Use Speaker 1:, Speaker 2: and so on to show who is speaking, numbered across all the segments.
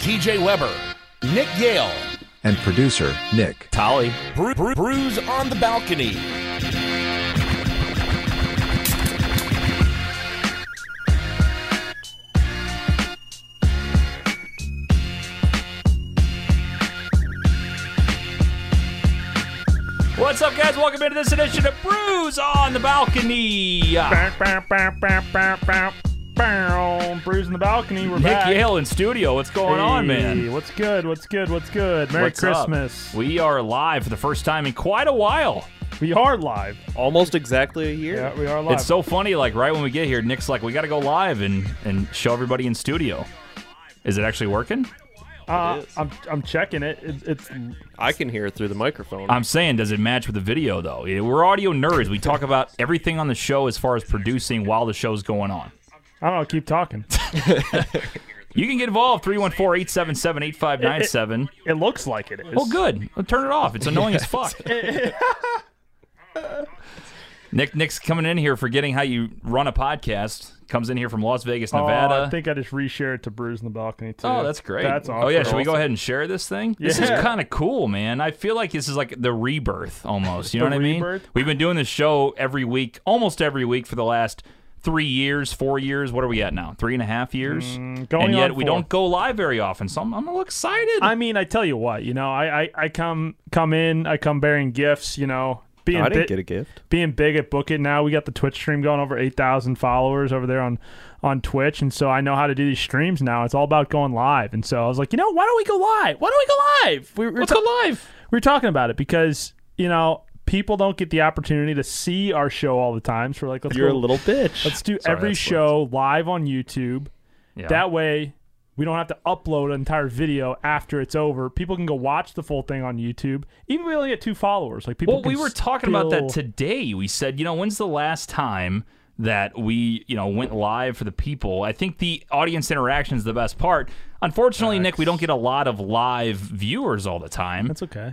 Speaker 1: TJ Weber, Nick Yale,
Speaker 2: and producer Nick
Speaker 3: Tolly.
Speaker 1: Bru- Bru- Brews on the Balcony.
Speaker 3: What's up, guys? Welcome into this edition of Brews on the Balcony.
Speaker 4: Bow, bow, bow, bow, bow, bow, bow. Brews in the balcony. We're
Speaker 3: Nick
Speaker 4: back.
Speaker 3: Yale in studio. What's going on,
Speaker 4: Hey,
Speaker 3: man?
Speaker 4: What's good? What's good? What's good? Merry
Speaker 3: What's up?
Speaker 4: Christmas.
Speaker 3: We are live for the first time in quite a while.
Speaker 4: We are live.
Speaker 5: Almost exactly a year.
Speaker 4: Yeah, we are live.
Speaker 3: It's so funny. Like right when we get here, Nick's like, "We got to go live and and show everybody in studio." Is it actually working?
Speaker 4: uh,
Speaker 5: It is.
Speaker 4: I'm I'm checking it. It's, it's
Speaker 5: I can hear it through the microphone.
Speaker 3: I'm saying, does it match with the video though? Yeah, We're audio nerds. We talk about everything on the show as far as producing while the show's going on.
Speaker 4: I don't know. Keep talking.
Speaker 3: You can get involved 314-877-8597.
Speaker 4: It looks like it is.
Speaker 3: Well, good. Well, turn it off. It's annoying as fuck. Nick Nick's coming in here forgetting how you run a podcast. Comes in here from Las Vegas,
Speaker 4: Oh,
Speaker 3: Nevada.
Speaker 4: I think I just reshared to Brews in the balcony too.
Speaker 3: Oh, that's great.
Speaker 4: That's awesome.
Speaker 3: Oh, yeah. Should we go ahead and share this thing? This is
Speaker 4: Yeah.
Speaker 3: kind of cool, man. I feel like this is like the rebirth almost. You know
Speaker 4: The
Speaker 3: what I mean?
Speaker 4: rebirth?
Speaker 3: We've been doing this show every week, almost every week for the last three years, four years. What are we at now? Three and a half years?
Speaker 4: Mm, going
Speaker 3: and yet
Speaker 4: on
Speaker 3: we
Speaker 4: four.
Speaker 3: don't go live very often. So I'm, I'm a little excited.
Speaker 4: I mean, I tell you what. You know, I I, I come come in. I come bearing gifts. You know, being
Speaker 5: Oh, I
Speaker 4: bit-
Speaker 5: didn't get a gift.
Speaker 4: being big at Book It now. We got the Twitch stream going over 8,000 followers over there on on Twitch, and so I know how to do these streams now. It's all about going live, and so I was like, you know, why don't we go live? Why don't we go live? We, we, were,
Speaker 3: Let's
Speaker 4: ta-
Speaker 3: go live.
Speaker 4: we were talking about it because you know people don't get the opportunity to see our show all the time. So we're like, let's
Speaker 5: You're a
Speaker 4: go-
Speaker 5: little bitch.
Speaker 4: let's do
Speaker 3: Sorry,
Speaker 4: every
Speaker 3: that's
Speaker 4: show live on YouTube.
Speaker 3: Yeah.
Speaker 4: That way. We don't have to upload an entire video after it's over. People can go watch the full thing on YouTube. Even if we only get two followers, like people.
Speaker 3: Well, we
Speaker 4: can
Speaker 3: were talking about that
Speaker 4: still-
Speaker 3: today. We said, you know, when's the last time that we, you know, went live for the people? I think the audience interaction is the best part. Unfortunately, Nick, we don't get a lot of live viewers all the time.
Speaker 4: That's okay.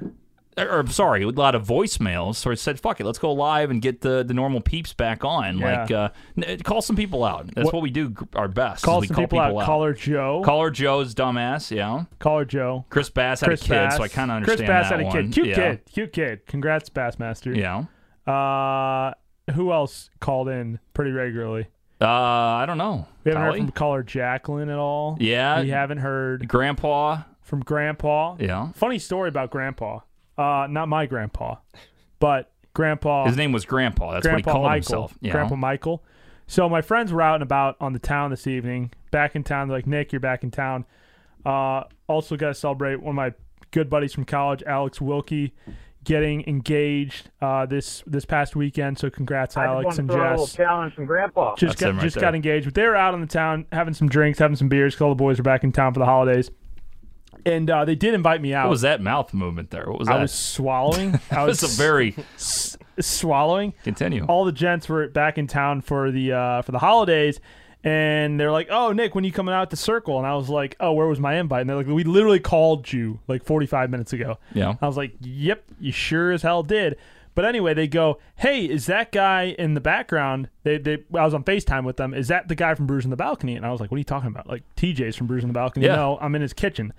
Speaker 3: Or, or, sorry, a lot of voicemails. So I said, fuck it, let's go live and get the, the normal peeps back on.
Speaker 4: Yeah.
Speaker 3: Like, uh, n- call some people out. That's what, we do g- our best. is
Speaker 4: call
Speaker 3: we
Speaker 4: some
Speaker 3: call
Speaker 4: people, out. Caller Joe.
Speaker 3: Caller Joe's dumbass, yeah.
Speaker 4: Caller Joe.
Speaker 3: Chris Bass had
Speaker 4: Chris
Speaker 3: a kid,
Speaker 4: Bass.
Speaker 3: so I kind of understand
Speaker 4: Chris Bass
Speaker 3: that
Speaker 4: had a
Speaker 3: one.
Speaker 4: kid. Cute
Speaker 3: yeah.
Speaker 4: kid. Cute kid. Congrats, Bassmaster.
Speaker 3: Yeah.
Speaker 4: Uh, who else called in pretty regularly?
Speaker 3: Uh, I don't know.
Speaker 4: We haven't
Speaker 3: Polly?
Speaker 4: heard from caller Jacqueline at all.
Speaker 3: Yeah.
Speaker 4: We haven't heard
Speaker 3: Grandpa.
Speaker 4: from Grandpa.
Speaker 3: Yeah.
Speaker 4: Funny story about Grandpa. Uh, not my Grandpa, but Grandpa.
Speaker 3: His name was Grandpa. That's what he
Speaker 4: Grandpa
Speaker 3: called
Speaker 4: Michael.
Speaker 3: himself. Yeah.
Speaker 4: Grandpa Michael. So my friends were out and about on the town this evening. Back in town, they're like, Nick, you're back in town. Uh, also got to celebrate one of my good buddies from college, Alex Wilkie, getting engaged uh, this this past weekend. So congrats, Alex and Jess.
Speaker 6: challenge from Grandpa.
Speaker 4: Just
Speaker 3: That's him
Speaker 4: got,
Speaker 3: right
Speaker 4: just
Speaker 3: there.
Speaker 4: got engaged, but they were out on the town having some drinks, having some beers. 'cause All the boys were back in town for the holidays, and uh, they did invite me out.
Speaker 3: What was that mouth movement there? What was that?
Speaker 4: I was swallowing. I was
Speaker 3: That's a very
Speaker 4: s- swallowing
Speaker 3: continue.
Speaker 4: all the gents were back in town for the uh, for the holidays and they're like oh nick when you coming out to circle and i was like oh where was my invite and they're like we literally called you like 45 minutes ago
Speaker 3: Yeah.
Speaker 4: i was like yep you sure as hell did but anyway they go hey is that guy in the background they, they i was on facetime with them is that the guy from brews in the balcony and i was like what are you talking about like tj's from brews in the balcony
Speaker 3: Yeah.
Speaker 4: no i'm in his kitchen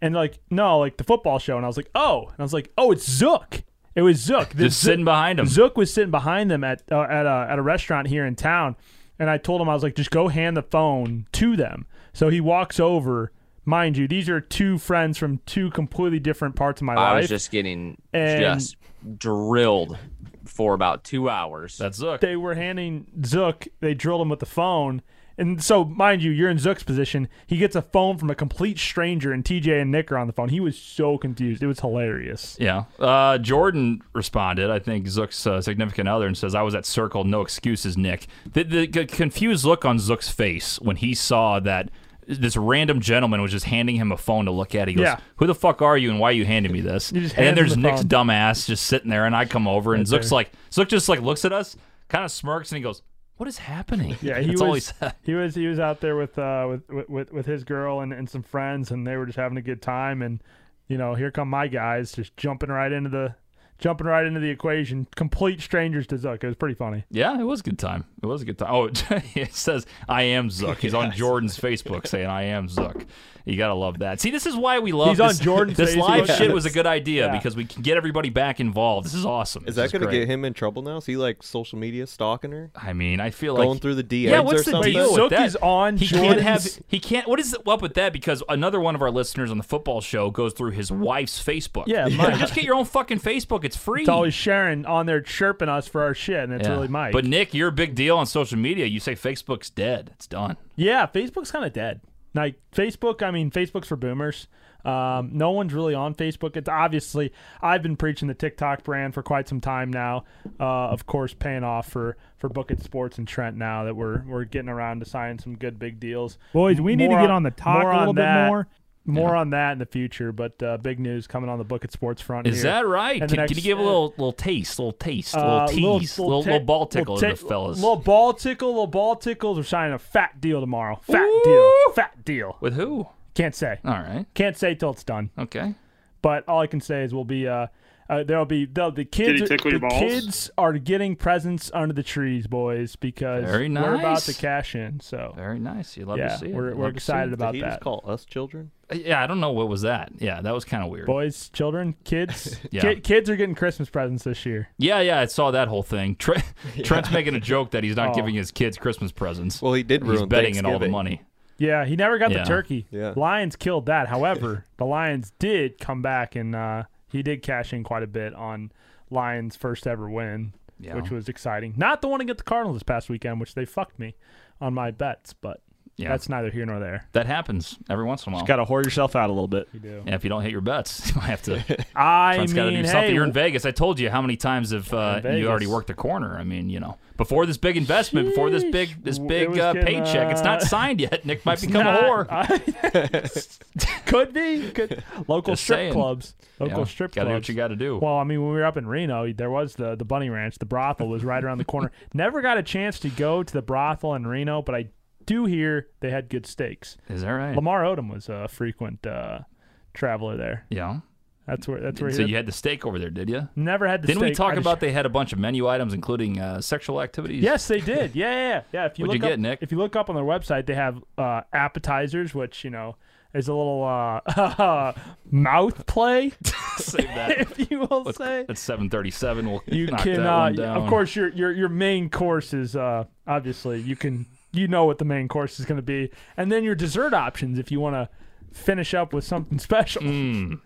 Speaker 4: and like no like the football show and i was like oh and i was like oh it's zook it was zook this
Speaker 3: Just sitting behind him.
Speaker 4: Zook was sitting behind them at uh, at a at a restaurant here in town, and I told him I was like, just go hand the phone to them. So he walks over. Mind you, these are two friends from two completely different parts of my
Speaker 7: I
Speaker 4: life.
Speaker 7: was just getting
Speaker 4: And-
Speaker 7: just drilled for about two hours.
Speaker 3: That's Zook.
Speaker 4: they were handing Zook. They drilled him with the phone. And so, mind you, you're in Zook's position. He gets a phone from a complete stranger, and TJ and Nick are on the phone. He was so confused. It was hilarious.
Speaker 3: Yeah. Uh, Jordan responded, I think Zook's uh, significant other, and says, I was at Circle, no excuses, Nick. The, the c- confused look on Zook's face when he saw that this random gentleman was just handing him a phone to look at. He goes,
Speaker 4: Yeah.
Speaker 3: Who the fuck are you and why are you handing me this? And
Speaker 4: just
Speaker 3: then
Speaker 4: hand him
Speaker 3: there's
Speaker 4: the
Speaker 3: Nick's
Speaker 4: phone.
Speaker 3: dumbass just sitting there, and I come over, and Zook's like, Zook just like looks at us, kind of smirks, and he goes, What is happening?
Speaker 4: Yeah, he
Speaker 3: That's
Speaker 4: was.
Speaker 3: all he said.
Speaker 4: he was. He was out there with uh with with, with his girl and, and some friends, and they were just having a good time. And you know, here come my guys, just jumping right into the jumping right into the equation. Complete strangers to Zook. It was pretty funny.
Speaker 3: Yeah, it was a good time. It was a good time. Oh, it says I am Zook. He's on Jordan's Facebook saying I am Zook. You gotta love that. See, this is why we love
Speaker 4: He's on
Speaker 3: this,
Speaker 4: Jordan's
Speaker 3: This live
Speaker 4: Facebook.
Speaker 3: shit was a good idea
Speaker 4: Yeah.
Speaker 3: because we can get everybody back involved. This is awesome.
Speaker 5: Is
Speaker 3: This
Speaker 5: that going to
Speaker 3: great.
Speaker 5: get him in trouble now? Is he like social media stalking her?
Speaker 3: I mean, I feel
Speaker 5: Going
Speaker 3: like
Speaker 5: through the DMs
Speaker 3: Yeah, what's
Speaker 5: or
Speaker 3: the
Speaker 5: something?
Speaker 3: deal with
Speaker 4: Zook
Speaker 3: that?
Speaker 4: is on
Speaker 3: he can't have.
Speaker 4: Jordan's-
Speaker 3: He can't. What is up with that? Because another one of our listeners on the football show goes through his wife's Facebook.
Speaker 4: Yeah,
Speaker 3: You
Speaker 4: mine.
Speaker 3: know, just get your own fucking Facebook. It's free.
Speaker 4: It's always Sharon on there chirping us for our shit, and it's
Speaker 3: Yeah.
Speaker 4: really Mike.
Speaker 3: But Nick, you're a big deal on social media. You say Facebook's dead. It's done.
Speaker 4: yeah, Facebook's kind of dead. Like Facebook, I mean, Facebook's for boomers. Um, no one's really on Facebook. It's obviously I've been preaching the TikTok brand for quite some time now. Uh, of course, paying off for for Book It Sports and Trent now that we're we're getting around to signing some good big deals.
Speaker 6: Boys, we need to
Speaker 4: More
Speaker 6: get on the talk
Speaker 4: more
Speaker 6: a
Speaker 4: on
Speaker 6: little bit
Speaker 4: that.
Speaker 6: more.
Speaker 4: More on that in the future, but uh, big news coming on the Book It Sports front.
Speaker 3: Is
Speaker 4: here.
Speaker 3: that right? Can,
Speaker 4: And the
Speaker 3: can
Speaker 4: next-
Speaker 3: you give a little little taste, little taste,
Speaker 4: Uh,
Speaker 3: little tease, little,
Speaker 4: ti-
Speaker 3: little ball tickle
Speaker 4: little
Speaker 3: to the fellas?
Speaker 4: Little ball tickle, little ball tickles. We're signing a fat deal tomorrow. Fat deal. Fat deal.
Speaker 3: With who?
Speaker 4: Can't say.
Speaker 3: All right.
Speaker 4: Can't say till it's done.
Speaker 3: Okay.
Speaker 4: But all I can say is we'll be. Uh, uh, there'll be the, the kids.
Speaker 8: he tickle your
Speaker 4: the
Speaker 8: balls?
Speaker 4: kids are getting presents under the trees, boys, because
Speaker 3: Very
Speaker 4: we're about
Speaker 3: nice.
Speaker 4: to cash in. So
Speaker 3: Very nice. You love
Speaker 4: yeah,
Speaker 3: to see it.
Speaker 4: we're,
Speaker 3: You
Speaker 4: we're
Speaker 3: love to see it. Uh,
Speaker 4: excited about
Speaker 5: Did he
Speaker 4: that.
Speaker 5: just call us children?
Speaker 3: Yeah, I don't know what was that. Yeah, that was kind of weird.
Speaker 4: Boys, children, kids,
Speaker 3: Yeah.
Speaker 4: Ki- kids are getting Christmas presents this year.
Speaker 3: Yeah, yeah, I saw that whole thing. Tre- Trent's making a joke that he's not
Speaker 4: Oh.
Speaker 3: giving his kids Christmas presents.
Speaker 5: Well, he did
Speaker 3: he's
Speaker 5: ruin
Speaker 3: betting in all the
Speaker 5: Thanksgiving.
Speaker 3: money.
Speaker 4: Yeah, he never got
Speaker 3: Yeah.
Speaker 4: the turkey.
Speaker 5: Yeah.
Speaker 4: Lions killed that. However, the Lions did come back and uh, he did cash in quite a bit on Lions' first ever win,
Speaker 3: Yeah.
Speaker 4: which was exciting. Not the one against the Cardinals this past weekend, which they fucked me on my bets, but
Speaker 3: Yeah,
Speaker 4: that's neither here nor there.
Speaker 3: that happens every once in a while.
Speaker 6: Got to whore yourself out a little bit.
Speaker 3: yeah, if you don't hit your bets, you might have to.
Speaker 4: I
Speaker 3: Trent's got to
Speaker 4: mean,
Speaker 3: do
Speaker 4: hey,
Speaker 3: something. You're in Vegas. I told you how many times have uh,
Speaker 4: In
Speaker 3: you already
Speaker 4: Vegas.
Speaker 3: worked the corner. I mean, you know, before this big investment, before this big this
Speaker 4: Sheesh.
Speaker 3: big
Speaker 4: It was
Speaker 3: uh,
Speaker 4: getting,
Speaker 3: paycheck, it's not
Speaker 4: uh,
Speaker 3: signed yet. Nick might become a
Speaker 4: not-
Speaker 3: whore.
Speaker 4: could be could, local
Speaker 3: Just
Speaker 4: strip
Speaker 3: saying.
Speaker 4: clubs. Local
Speaker 3: Yeah,
Speaker 4: strip
Speaker 3: gotta
Speaker 4: clubs.
Speaker 3: do what you got to do.
Speaker 4: Well, I mean, when we were up in Reno, there was the the Bunny Ranch. The brothel was right around the corner. Never got a chance to go to the brothel in Reno, but I do hear they had good steaks.
Speaker 3: Is that right?
Speaker 4: Lamar Odom was a frequent uh, traveler there.
Speaker 3: yeah.
Speaker 4: That's where that's where
Speaker 3: So
Speaker 4: he
Speaker 3: you had the steak over there, did you?
Speaker 4: never had the.
Speaker 3: Didn't we
Speaker 4: steak. I
Speaker 3: talk
Speaker 4: just-
Speaker 3: about they had a bunch of menu items, including uh, sexual activities?
Speaker 4: Yes, they did. Yeah, yeah, yeah. yeah if you
Speaker 3: What'd
Speaker 4: look
Speaker 3: you
Speaker 4: up,
Speaker 3: get, Nick?
Speaker 4: if you look up on their website, they have uh, appetizers, which you know is a little uh, mouth play,
Speaker 3: Save that.
Speaker 4: if you will say.
Speaker 3: That's 737. We'll
Speaker 4: You
Speaker 3: knock
Speaker 4: can,
Speaker 3: that
Speaker 4: uh,
Speaker 3: one down.
Speaker 4: of course, your your your main course is uh, obviously you can you know what the main course is going to be, and then your dessert options if you want to finish up with something special.
Speaker 3: Hmm.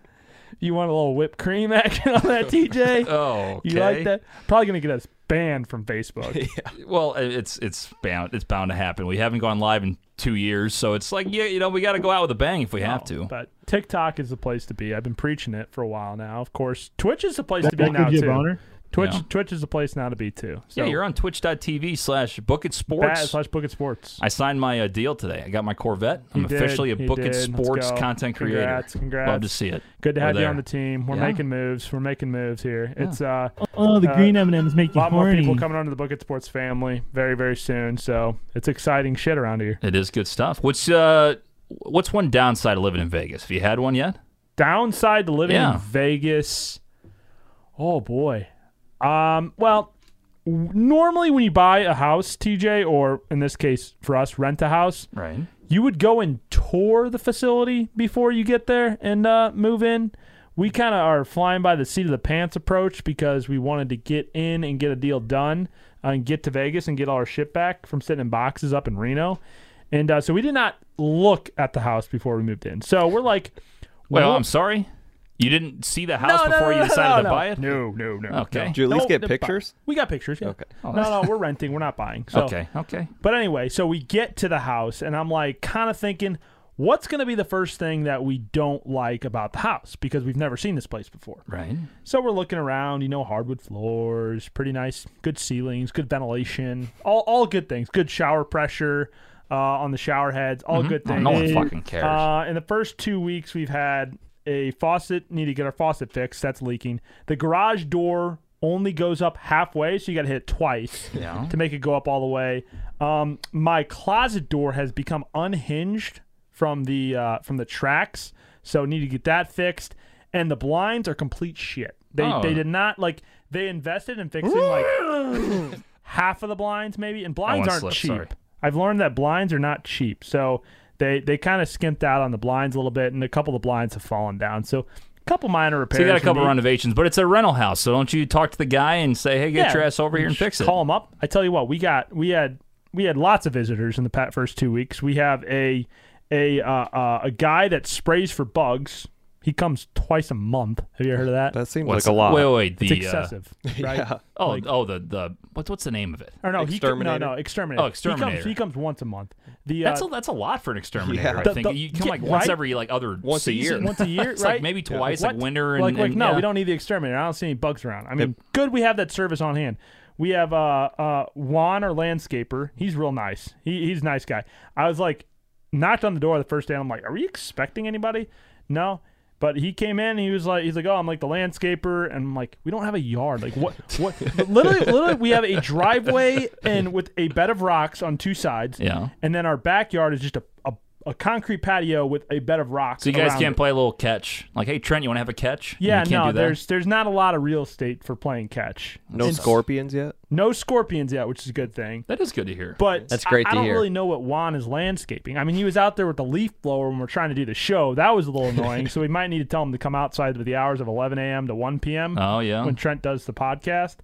Speaker 4: You want a little whipped cream action on that, TJ?
Speaker 3: Oh,
Speaker 4: You like
Speaker 3: okay.
Speaker 4: that? Probably going to get us banned from Facebook.
Speaker 3: Well, i- it's it's bound it's bound to happen. We haven't gone live in two years, so it's like yeah, you know, we got to go out with a bang if we have to.
Speaker 4: But TikTok is the place to be. I've been preaching it for a while now. Of course, Twitch is the place to be
Speaker 6: That
Speaker 4: now
Speaker 6: could be a
Speaker 4: too.
Speaker 6: boner.
Speaker 4: Twitch
Speaker 3: Yeah.
Speaker 4: Twitch is the place now to be too. So
Speaker 3: yeah, you're on Twitch.tv slash Book It
Speaker 4: Bat
Speaker 3: Sports.
Speaker 4: slash Book It Sports.
Speaker 3: I signed my uh, deal today. I got my Corvette. I'm
Speaker 4: You did.
Speaker 3: officially a
Speaker 4: You
Speaker 3: Book It
Speaker 4: did. Let's
Speaker 3: Sports
Speaker 4: go.
Speaker 3: content creator.
Speaker 4: Congrats, congrats.
Speaker 3: Love to see it.
Speaker 4: Good to
Speaker 3: We're
Speaker 4: have you
Speaker 3: there.
Speaker 4: on the team. We're
Speaker 3: Yeah.
Speaker 4: making moves. We're making moves here. It's uh,
Speaker 6: Oh, the
Speaker 4: Uh,
Speaker 6: green M&Ms make
Speaker 4: a
Speaker 6: you
Speaker 4: lot more
Speaker 6: horny.
Speaker 4: people coming onto the Book It Sports family very, very soon. So it's exciting shit around here.
Speaker 3: It is good stuff. What's uh, what's one downside of living in Vegas? Have you had one yet?
Speaker 4: Downside to living
Speaker 3: Yeah.
Speaker 4: in Vegas. Oh boy. Um. Well, w- normally when you buy a house, TJ, or in this case for us, rent a house,
Speaker 3: Right.
Speaker 4: you would go and tour the facility before you get there and uh, move in. We kind of are flying by the seat of the pants approach because we wanted to get in and get a deal done uh, and get to Vegas and get all our shit back from sitting in boxes up in Reno. And uh, so we did not look at the house before we moved in. So we're like,
Speaker 3: Well,
Speaker 4: what-
Speaker 3: I'm sorry. You didn't see the house before you decided to buy it.
Speaker 4: No, no, no. Oh,
Speaker 3: Okay.
Speaker 4: no.
Speaker 5: Did you at least
Speaker 4: No,
Speaker 5: get
Speaker 4: no,
Speaker 5: pictures?
Speaker 4: We got pictures. Yeah.
Speaker 5: Okay.
Speaker 4: no, no, we're renting. We're not buying. So,
Speaker 3: Okay. Okay.
Speaker 4: But anyway, so we get to the house, and I'm like, kind of thinking, what's going to be the first thing that we don't like about the house because we've never seen this place before.
Speaker 3: Right.
Speaker 4: So we're looking around, you know, hardwood floors, pretty nice, good ceilings, good ventilation, all all good things, good shower pressure. Uh, on the shower heads, all good
Speaker 3: Oh,
Speaker 4: things.
Speaker 3: no one fucking cares.
Speaker 4: Uh, in the first two weeks, we've had a faucet. Need to get our faucet fixed. That's leaking. The garage door only goes up halfway, so you got to hit it twice
Speaker 3: Yeah.
Speaker 4: to make it go up all the way. Um, my closet door has become unhinged from the uh, from the tracks, so need to get that fixed. And the blinds are complete shit. They
Speaker 3: Oh.
Speaker 4: they did not like they invested in fixing like half of the blinds maybe, and blinds
Speaker 3: one
Speaker 4: aren't
Speaker 3: slipped,
Speaker 4: cheap.
Speaker 3: sorry.
Speaker 4: I've learned that blinds are not cheap, so they they kind of skimped out on the blinds a little bit, and a couple of the blinds have fallen down. So a couple minor repairs.
Speaker 3: So you got a couple
Speaker 4: would be-
Speaker 3: renovations, but it's a rental house. So don't you talk to the guy and say, "Hey, get
Speaker 4: Yeah,
Speaker 3: your ass over here and
Speaker 4: just
Speaker 3: fix it."
Speaker 4: Call them up. I tell you what, we got we had we had lots of visitors in the pat first two weeks. We have a a uh, uh, a guy that sprays for bugs. He comes twice a month. Have you heard of that?
Speaker 5: That seems
Speaker 3: What's
Speaker 5: like a lot.
Speaker 3: Wait, wait, wait, the
Speaker 4: it's
Speaker 3: uh,
Speaker 4: excessive, right?
Speaker 3: oh, oh, the the what's what's the name of it?
Speaker 4: Or no, he co- no
Speaker 5: Exterminator.
Speaker 4: no exterminator.
Speaker 3: Oh,
Speaker 4: He comes,
Speaker 3: exterminator.
Speaker 4: he comes once a month. The uh,
Speaker 3: That's a, that's a lot for an exterminator.
Speaker 5: Yeah.
Speaker 3: I
Speaker 4: The-
Speaker 3: think
Speaker 4: the-
Speaker 3: you come
Speaker 4: yeah,
Speaker 3: like once
Speaker 4: right?
Speaker 3: every like other
Speaker 5: Once a
Speaker 3: season.
Speaker 5: year.
Speaker 4: once a year,
Speaker 3: It's
Speaker 4: right?
Speaker 3: like maybe twice,
Speaker 4: What?
Speaker 3: like winter and,
Speaker 4: like, like,
Speaker 3: and-
Speaker 4: no,
Speaker 3: yeah.
Speaker 4: we don't need the exterminator. I don't see any bugs around. I mean, good we have that service on hand. We have uh uh Juan our landscaper. He's real nice. He he's a nice guy. I was like knocked on the door the first day and I'm like, Are we expecting anybody? No. But he came in. He was like, he's like, oh, I'm like the landscaper, and I'm like, we don't have a yard. Like what? What? But literally, literally, we have a driveway and with a bed of rocks on two sides.
Speaker 3: Yeah.
Speaker 4: And then our backyard is just a a, a concrete patio with a bed of rocks.
Speaker 3: So you guys
Speaker 4: around
Speaker 3: can't
Speaker 4: it.
Speaker 3: play a little catch. Like, hey, Trent, you want to have a catch? And
Speaker 4: Yeah,
Speaker 3: you can't do
Speaker 4: no,
Speaker 3: that?
Speaker 4: there's there's not a lot of real estate for playing catch.
Speaker 5: No scorpions yet.
Speaker 4: No scorpions yet, which is a good thing.
Speaker 3: that is good to hear.
Speaker 4: But
Speaker 6: That's
Speaker 4: I-
Speaker 6: great
Speaker 4: I,
Speaker 6: to
Speaker 4: don't
Speaker 6: hear.
Speaker 4: really know what Juan is landscaping. I mean, he was out there with the leaf blower when we're trying to do the show. That was a little annoying. so we might need to tell him to come outside with the hours of 11 a.m. to 1 p.m.
Speaker 3: oh yeah,
Speaker 4: when Trent does the podcast